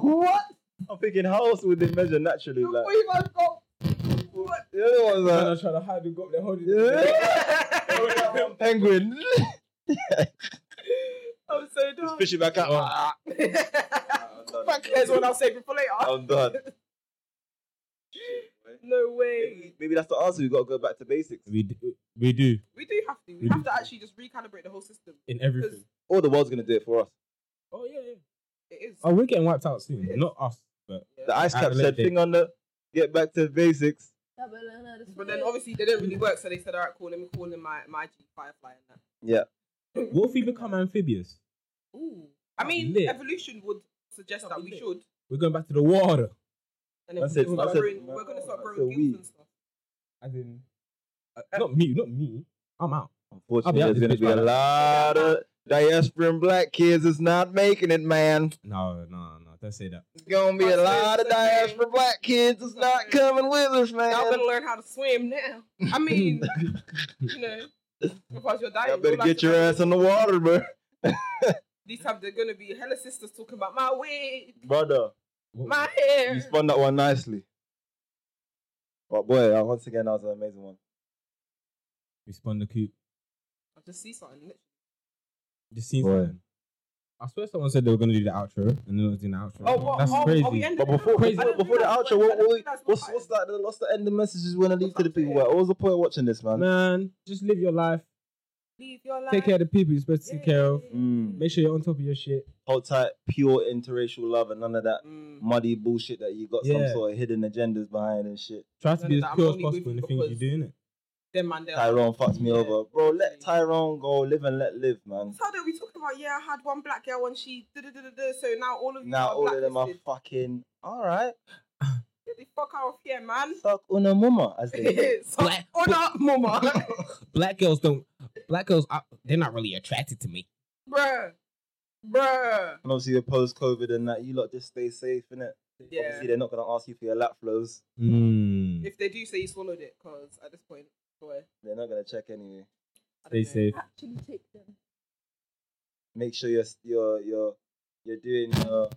Speaker 2: what? I'm thinking, how else would they measure naturally?
Speaker 1: Look
Speaker 2: Like,
Speaker 1: what you guys got.
Speaker 2: you know what I'm like?
Speaker 3: Man, I try to hide the gob. They're holding it.
Speaker 2: Yeah. Penguin.
Speaker 1: I'm so
Speaker 2: Just
Speaker 1: done.
Speaker 2: fish it back out. Ah,
Speaker 1: Fuck, there's one I'll save it for later.
Speaker 2: I'm done.
Speaker 1: No way.
Speaker 2: Maybe, maybe that's the answer. We've got to go back to basics.
Speaker 3: We do, we do
Speaker 1: We do have to. We
Speaker 2: Mm-hmm.
Speaker 3: We
Speaker 1: have
Speaker 3: do.
Speaker 1: to actually just recalibrate the whole system.
Speaker 3: in everything.
Speaker 2: Or the world's going to do it for us.
Speaker 3: Oh yeah, yeah.
Speaker 1: It is.
Speaker 3: Oh, we're getting wiped out soon. Not us, but
Speaker 2: The ice cap
Speaker 3: Outlet
Speaker 2: said,
Speaker 3: day.
Speaker 2: thing on the get back to basics.
Speaker 1: But then obviously they didn't really work, so they said, "All right, cool. Let me call in my my G Firefly and that."
Speaker 3: what if we become amphibious?
Speaker 1: Ooh. I
Speaker 3: That'd be
Speaker 1: mean,
Speaker 3: lit.
Speaker 1: evolution would suggest that
Speaker 3: That'd be
Speaker 1: we
Speaker 3: lit.
Speaker 1: should,
Speaker 3: We're going back to the water.
Speaker 1: and then
Speaker 2: That's it,
Speaker 1: we're,
Speaker 2: that's it.
Speaker 1: growing, we're gonna start
Speaker 2: That's
Speaker 1: growing
Speaker 2: a
Speaker 1: gills
Speaker 2: we.
Speaker 1: and stuff.
Speaker 3: As in, not me, not me. I'm out.
Speaker 2: Unfortunately,
Speaker 3: I'll
Speaker 2: there's
Speaker 3: be
Speaker 2: going to
Speaker 3: out this
Speaker 2: be a
Speaker 3: bitch by
Speaker 2: lot of diasporan black kids that's not making it, man.
Speaker 3: No, no, no. Don't say that.
Speaker 2: There's going to be a
Speaker 1: That's
Speaker 2: lot of
Speaker 1: the thing.
Speaker 2: diasporan black kids that's not
Speaker 1: Okay.
Speaker 2: coming with us, man.
Speaker 1: Y'all better learn how to swim now. I mean, you know, because your diet.
Speaker 2: Y'all better get your ass in the water, bro.
Speaker 1: These times they're gonna be hella sisters talking about my wig,
Speaker 2: Brother,
Speaker 3: What-
Speaker 1: my
Speaker 2: Oh, you
Speaker 1: hair.
Speaker 2: spun that one nicely. But boy, uh, once again, that was an amazing one.
Speaker 3: we spun the coop.
Speaker 1: I just see something.
Speaker 3: Just seen
Speaker 2: Boy.
Speaker 3: something. I swear someone said they were going to do the outro and they're not doing the outro.
Speaker 1: Oh, what?
Speaker 3: That's
Speaker 1: oh,
Speaker 3: crazy.
Speaker 1: Are we ending
Speaker 2: But
Speaker 1: it now?
Speaker 2: before,
Speaker 3: Crazy.
Speaker 1: I
Speaker 2: before,
Speaker 1: didn't
Speaker 2: before the
Speaker 1: realise-
Speaker 2: outro,
Speaker 1: I
Speaker 2: what,
Speaker 1: didn't
Speaker 2: what,
Speaker 1: realise
Speaker 2: what's,
Speaker 1: what
Speaker 2: what's
Speaker 1: time.
Speaker 2: that? The, what's the end of messages we want to leave
Speaker 1: What's
Speaker 2: to the
Speaker 1: up to
Speaker 2: people?
Speaker 1: it?
Speaker 2: What was the point of watching this, man?
Speaker 3: Man, just live your life.
Speaker 1: Leave your life.
Speaker 3: Take care of the people you're supposed to take care of.
Speaker 2: Mm.
Speaker 3: Make sure you're on top of your shit.
Speaker 2: Hold tight, pure interracial love and none of that
Speaker 1: Mm.
Speaker 2: muddy bullshit that you got some
Speaker 3: Yeah.
Speaker 2: sort of hidden agendas behind and shit.
Speaker 3: Try to
Speaker 1: No, no,
Speaker 3: be as
Speaker 1: no, I'm
Speaker 3: pure as
Speaker 1: only with
Speaker 3: possible in
Speaker 1: you
Speaker 3: the things
Speaker 1: because-
Speaker 3: you do, innit?
Speaker 1: Then Mandela.
Speaker 2: Tyrone fucked me
Speaker 1: Yeah.
Speaker 2: over. Bro, let Tyrone go. Live and let live, man.
Speaker 1: How did we talk about? Yeah, I had one black girl and she. Da, da, da, da, da, so now all of you.
Speaker 2: Now
Speaker 1: are
Speaker 2: all of them are
Speaker 1: blacklisted.
Speaker 2: fucking, alright,
Speaker 1: Get the fuck out of here, man.
Speaker 2: suck una mama, as they say.
Speaker 1: so, oh,
Speaker 3: Black-
Speaker 1: or not, mama.
Speaker 3: Black girls don't. Black girls, are, they're not really attracted to me.
Speaker 1: Bruh. Bruh.
Speaker 2: And obviously, with post COVID and that, you lot just stay safe, innit?
Speaker 1: Yeah.
Speaker 2: Obviously, they're not going to ask you for your lap flows.
Speaker 3: Mm.
Speaker 1: If they do say you swallowed it, because at this point, boy.
Speaker 2: They're not going to check anyway.
Speaker 1: I
Speaker 3: Stay
Speaker 1: don't know.
Speaker 3: safe.
Speaker 6: Actually, take them.
Speaker 2: Make sure you're, you're, you're, you're doing your.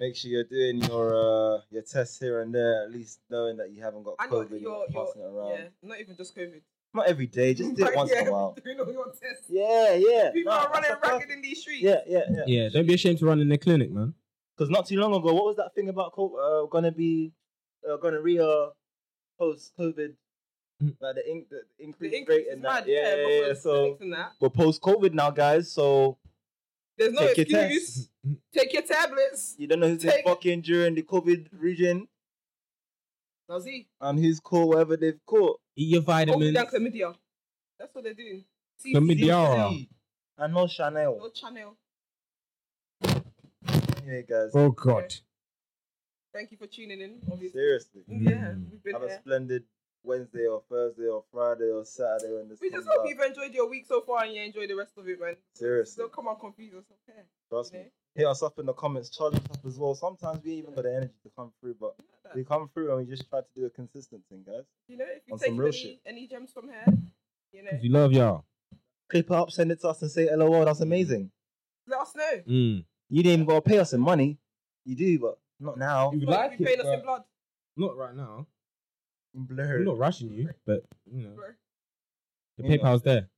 Speaker 2: Make sure you're doing your uh, your tests here and there, at least knowing that you haven't got
Speaker 1: And
Speaker 2: COVID.
Speaker 1: your,
Speaker 2: you're
Speaker 1: your,
Speaker 2: not
Speaker 1: your,
Speaker 2: passing it around.
Speaker 1: yeah, not even just COVID.
Speaker 2: Not every day, just do it
Speaker 1: Like,
Speaker 2: once in
Speaker 1: yeah,
Speaker 2: a while.
Speaker 1: Doing all your tests.
Speaker 2: Yeah, yeah.
Speaker 1: People
Speaker 2: Nah,
Speaker 1: are running
Speaker 2: that's a
Speaker 1: ragged
Speaker 2: perfect-
Speaker 1: in these streets.
Speaker 2: Yeah, yeah, yeah.
Speaker 3: Yeah, don't be ashamed to run in the clinic, man.
Speaker 2: Because not too long ago, what was that thing about co- uh, gonna be uh, gonorrhea post COVID?
Speaker 3: Mm.
Speaker 2: Like the, in- the
Speaker 1: The
Speaker 2: increase rate
Speaker 1: increase is
Speaker 2: and that.
Speaker 1: mad.
Speaker 2: Yeah, yeah, yeah.
Speaker 1: because
Speaker 2: So
Speaker 1: clinics and that.
Speaker 2: we're post COVID now, guys. So
Speaker 1: There's no
Speaker 2: take your
Speaker 1: excuse. Take your tablets.
Speaker 2: you don't know who's been
Speaker 1: Take-
Speaker 2: fucking during the COVID region
Speaker 1: Now see,
Speaker 2: and who's caught whatever they've caught.
Speaker 3: Eat your
Speaker 1: COVID
Speaker 3: vitamins.
Speaker 1: and chlamydia. That's what they're doing. See,
Speaker 3: Chlamydia.
Speaker 1: see,
Speaker 3: Midiara.
Speaker 2: And no
Speaker 1: no
Speaker 2: Chanel.
Speaker 1: channel.
Speaker 2: Anyway, guys.
Speaker 3: Oh, God.
Speaker 1: Thank you for tuning in. Obviously,
Speaker 2: Seriously.
Speaker 1: yeah,
Speaker 3: Mm.
Speaker 1: we've been
Speaker 2: Have a
Speaker 1: here.
Speaker 2: splendid Wednesday or Thursday or Friday or Saturday when this
Speaker 1: We
Speaker 2: comes
Speaker 1: just hope
Speaker 2: out.
Speaker 1: you've enjoyed your week so far and you enjoy the rest of it, man.
Speaker 2: Seriously.
Speaker 1: So come on, confuse us. Okay.
Speaker 2: Trust
Speaker 1: You
Speaker 2: me.
Speaker 1: know?
Speaker 2: hit us up in the comments, charge us up as well. Sometimes we ain't even got the energy to come through, but we come through and we just try to do a consistent thing, guys.
Speaker 1: You know, if you
Speaker 2: On
Speaker 1: take
Speaker 2: some real
Speaker 1: any,
Speaker 2: shit.
Speaker 1: any gems from here, you know,
Speaker 3: We love y'all.
Speaker 2: Clip it up, send it to us, and say, "LOL, that's amazing."
Speaker 1: let us know.
Speaker 3: Mm.
Speaker 2: You didn't even gotta pay us in money. You do, but not now.
Speaker 3: You
Speaker 1: Like you paying us in blood,
Speaker 3: Not right now.
Speaker 2: Blurred.
Speaker 3: I'm not rushing you, but you know
Speaker 1: bro.
Speaker 3: the
Speaker 2: You know.
Speaker 3: PayPal's there.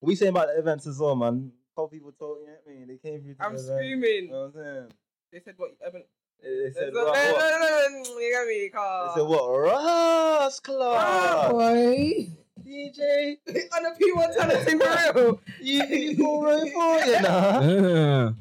Speaker 2: What you saying about the events as well, man? How people told you know what I mean? They came through. To
Speaker 1: I'm
Speaker 2: the event. You
Speaker 1: screaming.
Speaker 2: know what I'm saying?
Speaker 1: They said what? Evan,
Speaker 2: They, uh, they said
Speaker 1: no,
Speaker 2: what?
Speaker 1: no,
Speaker 2: what?
Speaker 1: no, no, no, you got me,
Speaker 2: They said
Speaker 1: car.
Speaker 2: what? Ross Clark,
Speaker 1: boy.
Speaker 2: DJ,
Speaker 1: On a P1 tennis in real.
Speaker 2: you, you go right for you, nah.
Speaker 3: Ah.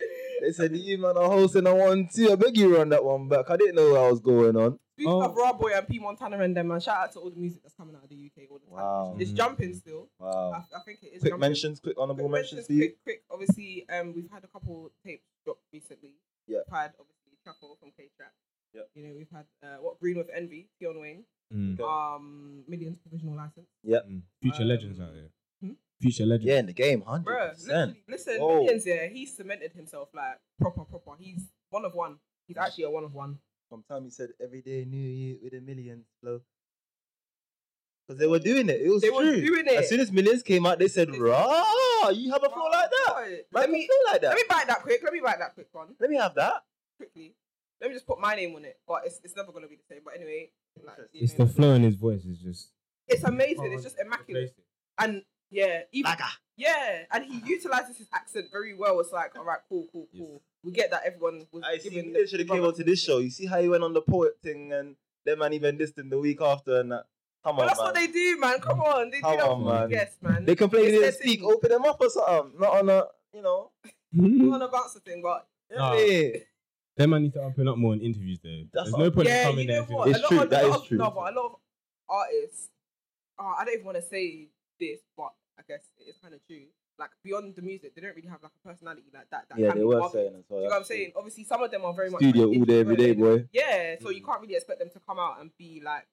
Speaker 2: They They said you man are hosting a one two. I beg you run that one back. I didn't know what was going on.
Speaker 1: Speaking
Speaker 3: Oh.
Speaker 1: of Raw Boy and P Montana and them, man, shout out to all the music that's coming out of the UK all the time.
Speaker 2: Wow.
Speaker 1: It's jumping still. I,
Speaker 2: Wow.
Speaker 1: I think it is.
Speaker 2: Quick
Speaker 1: jumping.
Speaker 2: mentions, quick
Speaker 1: Quick
Speaker 2: honourable mentions,
Speaker 1: mentions,
Speaker 2: Steve.
Speaker 1: quick, quick. Obviously, um, we've had a couple tapes dropped recently.
Speaker 2: Yeah.
Speaker 1: We've had obviously Chuckle from K Trap.
Speaker 2: Yeah.
Speaker 1: You know, we've had uh, what Green with Envy, Keon Wayne,
Speaker 3: Mm.
Speaker 1: um, Millions Provisional License.
Speaker 3: Mm. Future
Speaker 1: Um,
Speaker 3: legends out here.
Speaker 1: hmm?
Speaker 3: Future legends.
Speaker 2: Yeah, in the game, hundred
Speaker 1: Bruh,
Speaker 2: percent.
Speaker 1: literally, listen,
Speaker 2: Whoa.
Speaker 1: Millions, yeah, he cemented himself like proper, proper. He's one of one. He's actually a one of one.
Speaker 2: From time he said every day new year with a million flow. Because they were doing it. It was
Speaker 1: They
Speaker 2: true.
Speaker 1: were doing it.
Speaker 2: As soon as millions came out, they said,
Speaker 1: They said,
Speaker 2: "Raw, you have a flow like that.
Speaker 1: Right.
Speaker 2: Man,
Speaker 1: Let
Speaker 2: have a
Speaker 1: me
Speaker 2: flow like that.
Speaker 1: let me bite that quick. Let me bite that quick one
Speaker 2: Let me have that."
Speaker 1: quickly. Let me just put my name on it, but it's, it's never gonna be the same. But anyway, like, you
Speaker 3: It's
Speaker 1: know,
Speaker 3: the Oh, flow in his voice is just.
Speaker 1: it's amazing. It's just immaculate. And yeah, even yeah, and he utilizes his accent very well. It's like, all right, cool, cool,
Speaker 3: Yes.
Speaker 1: cool. We get that everyone was
Speaker 2: I see.
Speaker 1: giving
Speaker 2: They should have came on to this show. You see how he went on the poet thing, and them man even dissed him the week after, and that. Come
Speaker 1: But
Speaker 2: on,
Speaker 1: that's
Speaker 2: man.
Speaker 1: what they do, man. Come on, they
Speaker 2: Come
Speaker 1: do that
Speaker 2: on,
Speaker 1: for
Speaker 2: man.
Speaker 1: Yes, man.
Speaker 2: They complain
Speaker 1: It's
Speaker 2: they didn't
Speaker 1: their thing.
Speaker 2: speak. Open them up or something. Not on a, you know.
Speaker 1: Not
Speaker 3: Mhm.
Speaker 1: on a bouncer thing, but
Speaker 3: Nah.
Speaker 2: Hey.
Speaker 3: Them man need to open up more in interviews though.
Speaker 2: That's
Speaker 3: There's
Speaker 2: all.
Speaker 3: no point in
Speaker 1: yeah,
Speaker 3: coming
Speaker 1: you
Speaker 3: there.
Speaker 1: know
Speaker 3: if you're
Speaker 1: what?
Speaker 3: not-
Speaker 2: It's
Speaker 1: a lot,
Speaker 2: true,
Speaker 1: A lot
Speaker 2: that is
Speaker 1: of,
Speaker 2: true.
Speaker 1: No, but a lot of artists. Uh, I don't even want to say this, but I guess it's kind of true. Like beyond the music, they don't really have like a personality like that. that
Speaker 2: Yeah,
Speaker 1: can
Speaker 2: they
Speaker 1: be
Speaker 2: were
Speaker 1: bothered.
Speaker 2: saying as well.
Speaker 1: Do you know what I'm saying? Obviously, some of them are very much
Speaker 2: Studio
Speaker 1: like,
Speaker 2: all day, every day, Mm.
Speaker 1: introverted.
Speaker 2: boy.
Speaker 1: Yeah, so you can't really expect them to come out and be like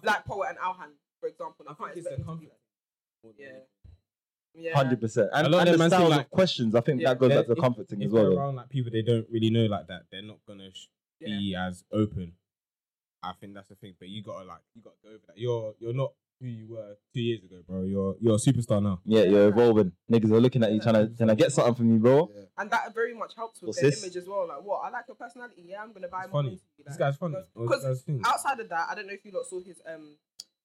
Speaker 1: Black Poet and Alhan, for example. You can't expect them to be like- Yeah. Yeah.
Speaker 2: Hundred percent.
Speaker 3: A
Speaker 2: And,
Speaker 3: lot of
Speaker 2: and
Speaker 3: them
Speaker 2: the
Speaker 3: man seem
Speaker 2: styles
Speaker 3: like-
Speaker 2: of questions. I think
Speaker 1: Yeah.
Speaker 2: that goes
Speaker 3: They're-
Speaker 2: back to
Speaker 3: if-
Speaker 2: comforting
Speaker 3: If
Speaker 2: as
Speaker 3: they're
Speaker 2: well. though.
Speaker 3: around like people they don't really know like that, they're not gonna sh-
Speaker 1: Yeah.
Speaker 3: be as open. I think that's the thing. But you gotta like you gotta go over that. You're you're not who you were two years ago, bro. You're you're a superstar now.
Speaker 2: Yeah, you're evolving. Niggas are looking at you trying to, can I get something from you, bro?
Speaker 1: And that very much helps with
Speaker 2: What's
Speaker 1: their
Speaker 2: this?
Speaker 1: image as well. Like, what? I like your personality. Yeah, I'm gonna buy
Speaker 3: It's
Speaker 1: more.
Speaker 3: funny.
Speaker 1: into you,
Speaker 3: This
Speaker 1: like.
Speaker 3: guy's funny. Oh, this
Speaker 1: Because
Speaker 3: guy's
Speaker 2: Mm.
Speaker 3: thing.
Speaker 1: outside of that, I don't know if you lot saw his um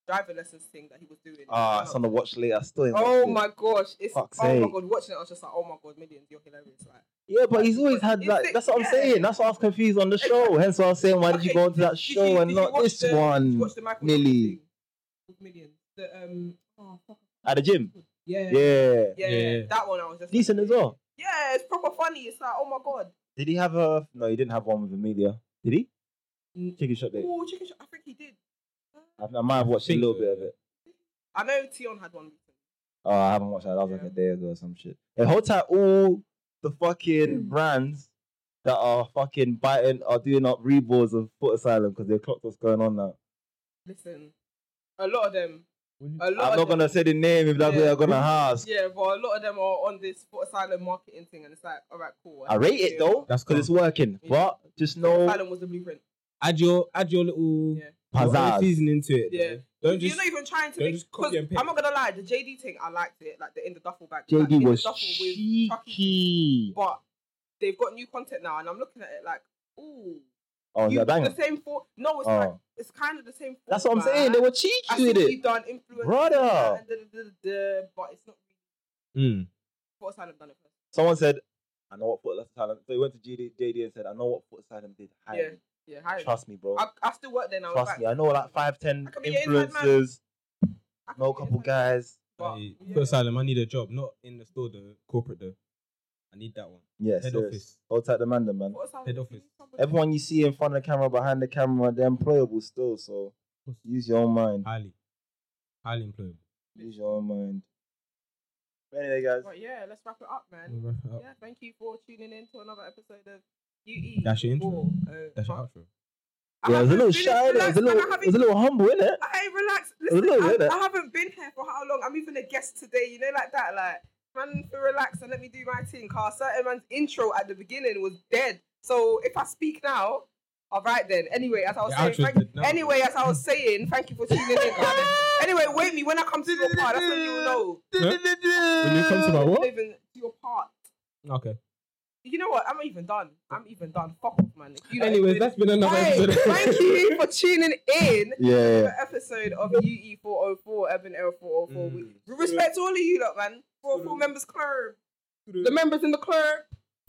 Speaker 1: driver lessons thing that he was doing.
Speaker 2: Ah,
Speaker 1: Wow.
Speaker 2: it's on the watch later. I Still ain't
Speaker 1: Oh
Speaker 2: watched it.
Speaker 1: my gosh! It's
Speaker 2: Fuck's
Speaker 1: oh my
Speaker 2: sake.
Speaker 1: god! Watching it, I was just like, oh my god, millions, you're hilarious. Like,
Speaker 2: Yeah, but he's always had
Speaker 1: Is
Speaker 2: that.
Speaker 1: it-
Speaker 2: That's what I'm
Speaker 1: yeah.
Speaker 2: saying. That's what I was confused on the show. Hence, why I was saying, why did you
Speaker 1: Okay,
Speaker 2: go on to that
Speaker 1: did you-
Speaker 2: show
Speaker 1: did
Speaker 2: and
Speaker 1: you
Speaker 2: not
Speaker 1: watch
Speaker 2: this
Speaker 1: the- did you
Speaker 2: one
Speaker 1: watch the Michael
Speaker 2: Mm. Millie.
Speaker 1: Jackson thing with millions? The um, oh, fuck.
Speaker 2: at the gym?
Speaker 1: Yeah, yeah,
Speaker 2: Yeah,
Speaker 3: Yeah.
Speaker 1: that one. I was just
Speaker 2: decent as well.
Speaker 1: Yeah, it's proper funny. It's like, oh my god.
Speaker 2: Did he have a? No, he didn't have one with Amelia. Did he?
Speaker 1: Mm.
Speaker 2: Chicken shop day.
Speaker 1: Oh, chicken shop. I think he did.
Speaker 2: I, I might have watched a
Speaker 3: think
Speaker 2: little
Speaker 3: so,
Speaker 2: bit of
Speaker 3: yeah.
Speaker 2: it.
Speaker 1: I know Tion had one. recently.
Speaker 2: Oh, I haven't watched that. That was like
Speaker 1: Yeah.
Speaker 2: a day ago or some shit. The whole time, all the
Speaker 1: Hmm.
Speaker 2: fucking brands that are fucking biting are doing up reballs of Foot Asylum because they clocked what's going on now.
Speaker 1: Listen, a lot of them. A lot
Speaker 2: I'm
Speaker 1: of
Speaker 2: not
Speaker 1: them-
Speaker 2: gonna say the name if that's what
Speaker 1: Yeah.
Speaker 2: you're gonna ask.
Speaker 1: Yeah, but a lot of them are on this foot asylum marketing thing, and it's like, all right, cool.
Speaker 2: I rate it though
Speaker 3: That's
Speaker 2: because it's
Speaker 3: calm.
Speaker 2: working,
Speaker 1: Yeah.
Speaker 2: but just
Speaker 1: Foot
Speaker 2: know
Speaker 1: Asylum was the blueprint.
Speaker 3: add your add your little
Speaker 1: Yeah.
Speaker 3: your own
Speaker 2: Pizzazz.
Speaker 3: season into it.
Speaker 1: Yeah.
Speaker 3: though. Don't
Speaker 1: You're
Speaker 3: just
Speaker 1: not even trying to
Speaker 3: don't
Speaker 1: make.
Speaker 3: just copy
Speaker 1: 'cause
Speaker 3: and paste.
Speaker 1: I'm not gonna lie, the JD thing, I liked it, like the in the duffel bag. like, in
Speaker 2: JD
Speaker 1: the
Speaker 2: was
Speaker 1: duffel with Chucky thing.
Speaker 2: cheeky.
Speaker 1: but they've got new content now, and I'm looking at it like, ooh,
Speaker 2: Oh, is
Speaker 1: you
Speaker 2: that banger?
Speaker 1: the same for no, it's
Speaker 2: Oh.
Speaker 1: like it's kind of the same.
Speaker 2: That's what I'm
Speaker 1: format.
Speaker 2: saying. They were
Speaker 1: I
Speaker 2: cheeky
Speaker 1: see
Speaker 2: with
Speaker 1: what you've
Speaker 2: it.
Speaker 1: done, influence,
Speaker 2: Brother.
Speaker 1: and da, da, da, da, da, but it's not
Speaker 3: Mm.
Speaker 1: foot asylum done it. first.
Speaker 2: Someone said, "I know what Foot Asylum." So he went to JD, JD and said, "I know what Foot Asylum did. Hire
Speaker 1: Yeah,
Speaker 2: me.
Speaker 1: yeah. Hi.
Speaker 2: Trust me, bro.
Speaker 1: I, I still work there now. in
Speaker 2: Trust
Speaker 1: fact.
Speaker 2: me. I know like five, ten
Speaker 1: I can be your inside man.
Speaker 2: influencers.
Speaker 1: I can
Speaker 2: Know a
Speaker 1: be
Speaker 2: couple
Speaker 1: inside-
Speaker 2: guys.
Speaker 1: but,
Speaker 3: Hey,
Speaker 1: yeah.
Speaker 3: Foot Asylum, I need a job. Not in the store, the corporate though. I need that one.
Speaker 2: Yeah,
Speaker 3: Head
Speaker 2: serious.
Speaker 3: office.
Speaker 2: Hold tight, the man, the man.
Speaker 1: Foot asylum,
Speaker 3: Head
Speaker 1: you
Speaker 3: office.
Speaker 1: need somebody-
Speaker 2: Everyone you see in front of the camera, behind the camera, they're employable still. So use your own mind.
Speaker 3: Highly. Highly employable.
Speaker 2: Use your own mind. But anyway, guys.
Speaker 1: But yeah, let's wrap it up, man.
Speaker 3: We'll wrap it up.
Speaker 1: Yeah, thank you for tuning in to another episode of UE.
Speaker 3: That's your intro.
Speaker 1: Or, uh,
Speaker 3: That's your
Speaker 1: huh?
Speaker 3: outro.
Speaker 1: I
Speaker 2: Yeah, it was
Speaker 1: haven't
Speaker 2: a little
Speaker 1: finished,
Speaker 2: shy. innit? It
Speaker 1: relax,
Speaker 2: was a
Speaker 1: man,
Speaker 2: little.
Speaker 1: I
Speaker 2: It
Speaker 1: haven't
Speaker 2: was a little humble, innit?
Speaker 1: Hey, relax.
Speaker 2: a
Speaker 1: Listen,
Speaker 2: little eh? bit,
Speaker 1: I,
Speaker 2: innit?
Speaker 1: I haven't been here for how long? I'm even a guest today, you know, like that. Like, man, for relax and let me do my thing. Car, certain man's intro at the beginning was dead. So if I speak now, all right then. Anyway, as I was
Speaker 3: The
Speaker 1: saying,
Speaker 3: outro's
Speaker 1: thank,
Speaker 3: dead now.
Speaker 1: anyway, as I was saying, thank you for tuning in, guys. Anyway, wait me when I come to your part. That's when you'll know.
Speaker 3: When you come to my what?
Speaker 1: Even to your part.
Speaker 3: Okay.
Speaker 1: You know what? I'm even done. I'm even done. Fuck off, man. You know,
Speaker 3: Anyways, that's been another
Speaker 1: Hey,
Speaker 3: episode.
Speaker 1: thank you for tuning in
Speaker 2: Yeah.
Speaker 1: another episode of E UE404, Urban Era 404. We-
Speaker 8: Mm.
Speaker 1: We respect all of you lot, man. 404 members club.
Speaker 8: Mm.
Speaker 1: The members in the club.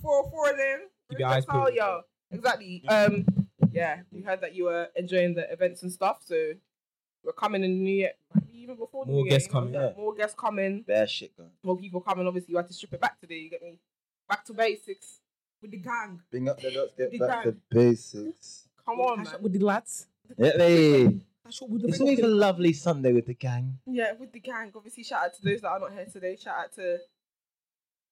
Speaker 1: 404 of them.
Speaker 3: Keep your eyes
Speaker 1: Respect all
Speaker 3: peeled.
Speaker 1: y'all. Exactly.
Speaker 8: Mm.
Speaker 1: Um, yeah, we heard that you were enjoying the events and stuff, so we're coming in the new year. might be Even before the
Speaker 3: More
Speaker 1: new
Speaker 3: guests
Speaker 1: year,
Speaker 3: coming,
Speaker 1: you know, More guests coming.
Speaker 2: Bad shit, going.
Speaker 1: More people coming. Obviously, you had to strip it back today. You get me? Back to basics. with the gang.
Speaker 2: Bring up the let's get
Speaker 1: The
Speaker 2: back to
Speaker 1: grand.
Speaker 2: basics.
Speaker 1: Come on,
Speaker 8: Catch up
Speaker 1: man.
Speaker 8: with the lads.
Speaker 2: Yeah, hey.
Speaker 8: Catch up with the
Speaker 2: It's always a lovely Sunday with the gang.
Speaker 1: Yeah, with the gang. Obviously, shout out to those that are not here today. Shout out to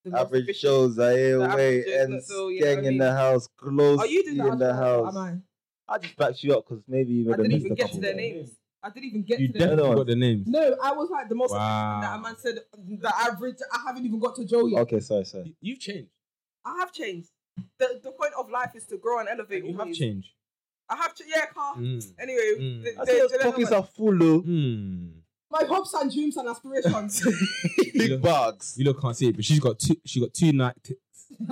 Speaker 1: the most
Speaker 2: Average
Speaker 1: vicious-
Speaker 2: shows are here,
Speaker 1: The average
Speaker 2: way
Speaker 1: Joes
Speaker 2: and
Speaker 1: not so, you know
Speaker 2: gang
Speaker 1: what I
Speaker 2: in the
Speaker 1: mean?
Speaker 2: house, close
Speaker 1: Oh, you did
Speaker 2: in
Speaker 1: that.
Speaker 2: the
Speaker 1: after all,
Speaker 2: house.
Speaker 1: Am I?
Speaker 2: I just backed you up because maybe you
Speaker 1: I
Speaker 2: would have
Speaker 1: didn't
Speaker 2: missed
Speaker 1: even
Speaker 2: a
Speaker 1: get
Speaker 2: couple.
Speaker 1: to their
Speaker 2: there.
Speaker 1: names. I didn't even get
Speaker 3: You
Speaker 1: to their names.
Speaker 2: Another
Speaker 3: definitely
Speaker 2: one.
Speaker 3: got the names.
Speaker 1: No, I was like the most
Speaker 3: Wow.
Speaker 1: that a man said the average. I haven't even got to Joe yet.
Speaker 2: Okay, sorry, sorry.
Speaker 3: You- You've changed.
Speaker 1: I have changed. The, the point of life is to grow and elevate.
Speaker 3: You have
Speaker 1: always.
Speaker 3: changed.
Speaker 1: I have changed. Yeah, car.
Speaker 3: Mm.
Speaker 1: Anyway,
Speaker 3: Mm.
Speaker 1: the-
Speaker 2: I
Speaker 1: the-
Speaker 2: said
Speaker 1: the-
Speaker 2: pockets are full, though.
Speaker 3: Mm.
Speaker 1: my hopes and dreams and aspirations.
Speaker 2: Big bags.
Speaker 3: You look can't see it, but she's got two. She got two night t-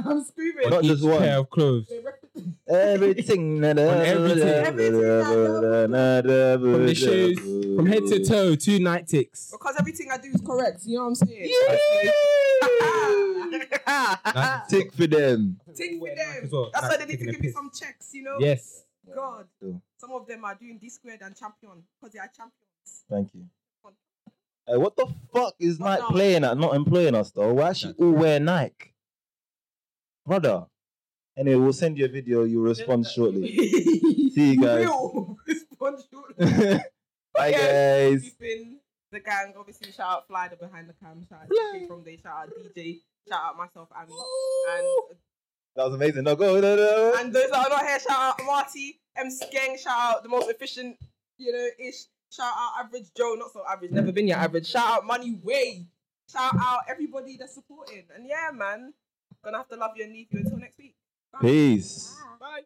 Speaker 1: I'm screaming.
Speaker 2: Not
Speaker 3: each
Speaker 2: just one.
Speaker 3: pair of clothes.
Speaker 1: They rep-
Speaker 2: Everything.
Speaker 3: everything.
Speaker 1: oh,
Speaker 3: From the shoes, from head to toe, two night ticks.
Speaker 1: because everything I do is correct. You know what I'm saying?
Speaker 2: Tick for them.
Speaker 1: Take for
Speaker 3: Like
Speaker 1: them.
Speaker 3: as well,
Speaker 1: That's
Speaker 3: like
Speaker 1: why they need
Speaker 3: taking
Speaker 1: to
Speaker 3: a
Speaker 1: give me
Speaker 3: piss.
Speaker 1: some checks. You know.
Speaker 3: Yes.
Speaker 1: God.
Speaker 2: Cool.
Speaker 1: Some of them are doing D squared and champion because they are champions.
Speaker 2: Thank you. Hey, what the fuck is
Speaker 1: Not
Speaker 2: Nike
Speaker 1: now.
Speaker 2: playing at? Not employing us though. Why should all wear Nike, brother? Anyway, we'll send you a video. You'll respond shortly. See you guys.
Speaker 1: Will respond shortly.
Speaker 2: Bye guys.
Speaker 1: We've been the gang. Obviously, shout out Fly the behind the cam. Shout out DJ from there. Shout out DJ. Shout out myself, Amy. And,
Speaker 2: That was amazing. No, go. No, no.
Speaker 1: and those that are not here, shout out Marty, MC Gang. Shout out the most efficient, you know, ish. Shout out Average Joe. Not so average. Never been your average. Shout out Money Way. Shout out everybody that's supporting. And yeah, man. Gonna have to love you and leave you until next week.
Speaker 2: Peace.
Speaker 1: Bye.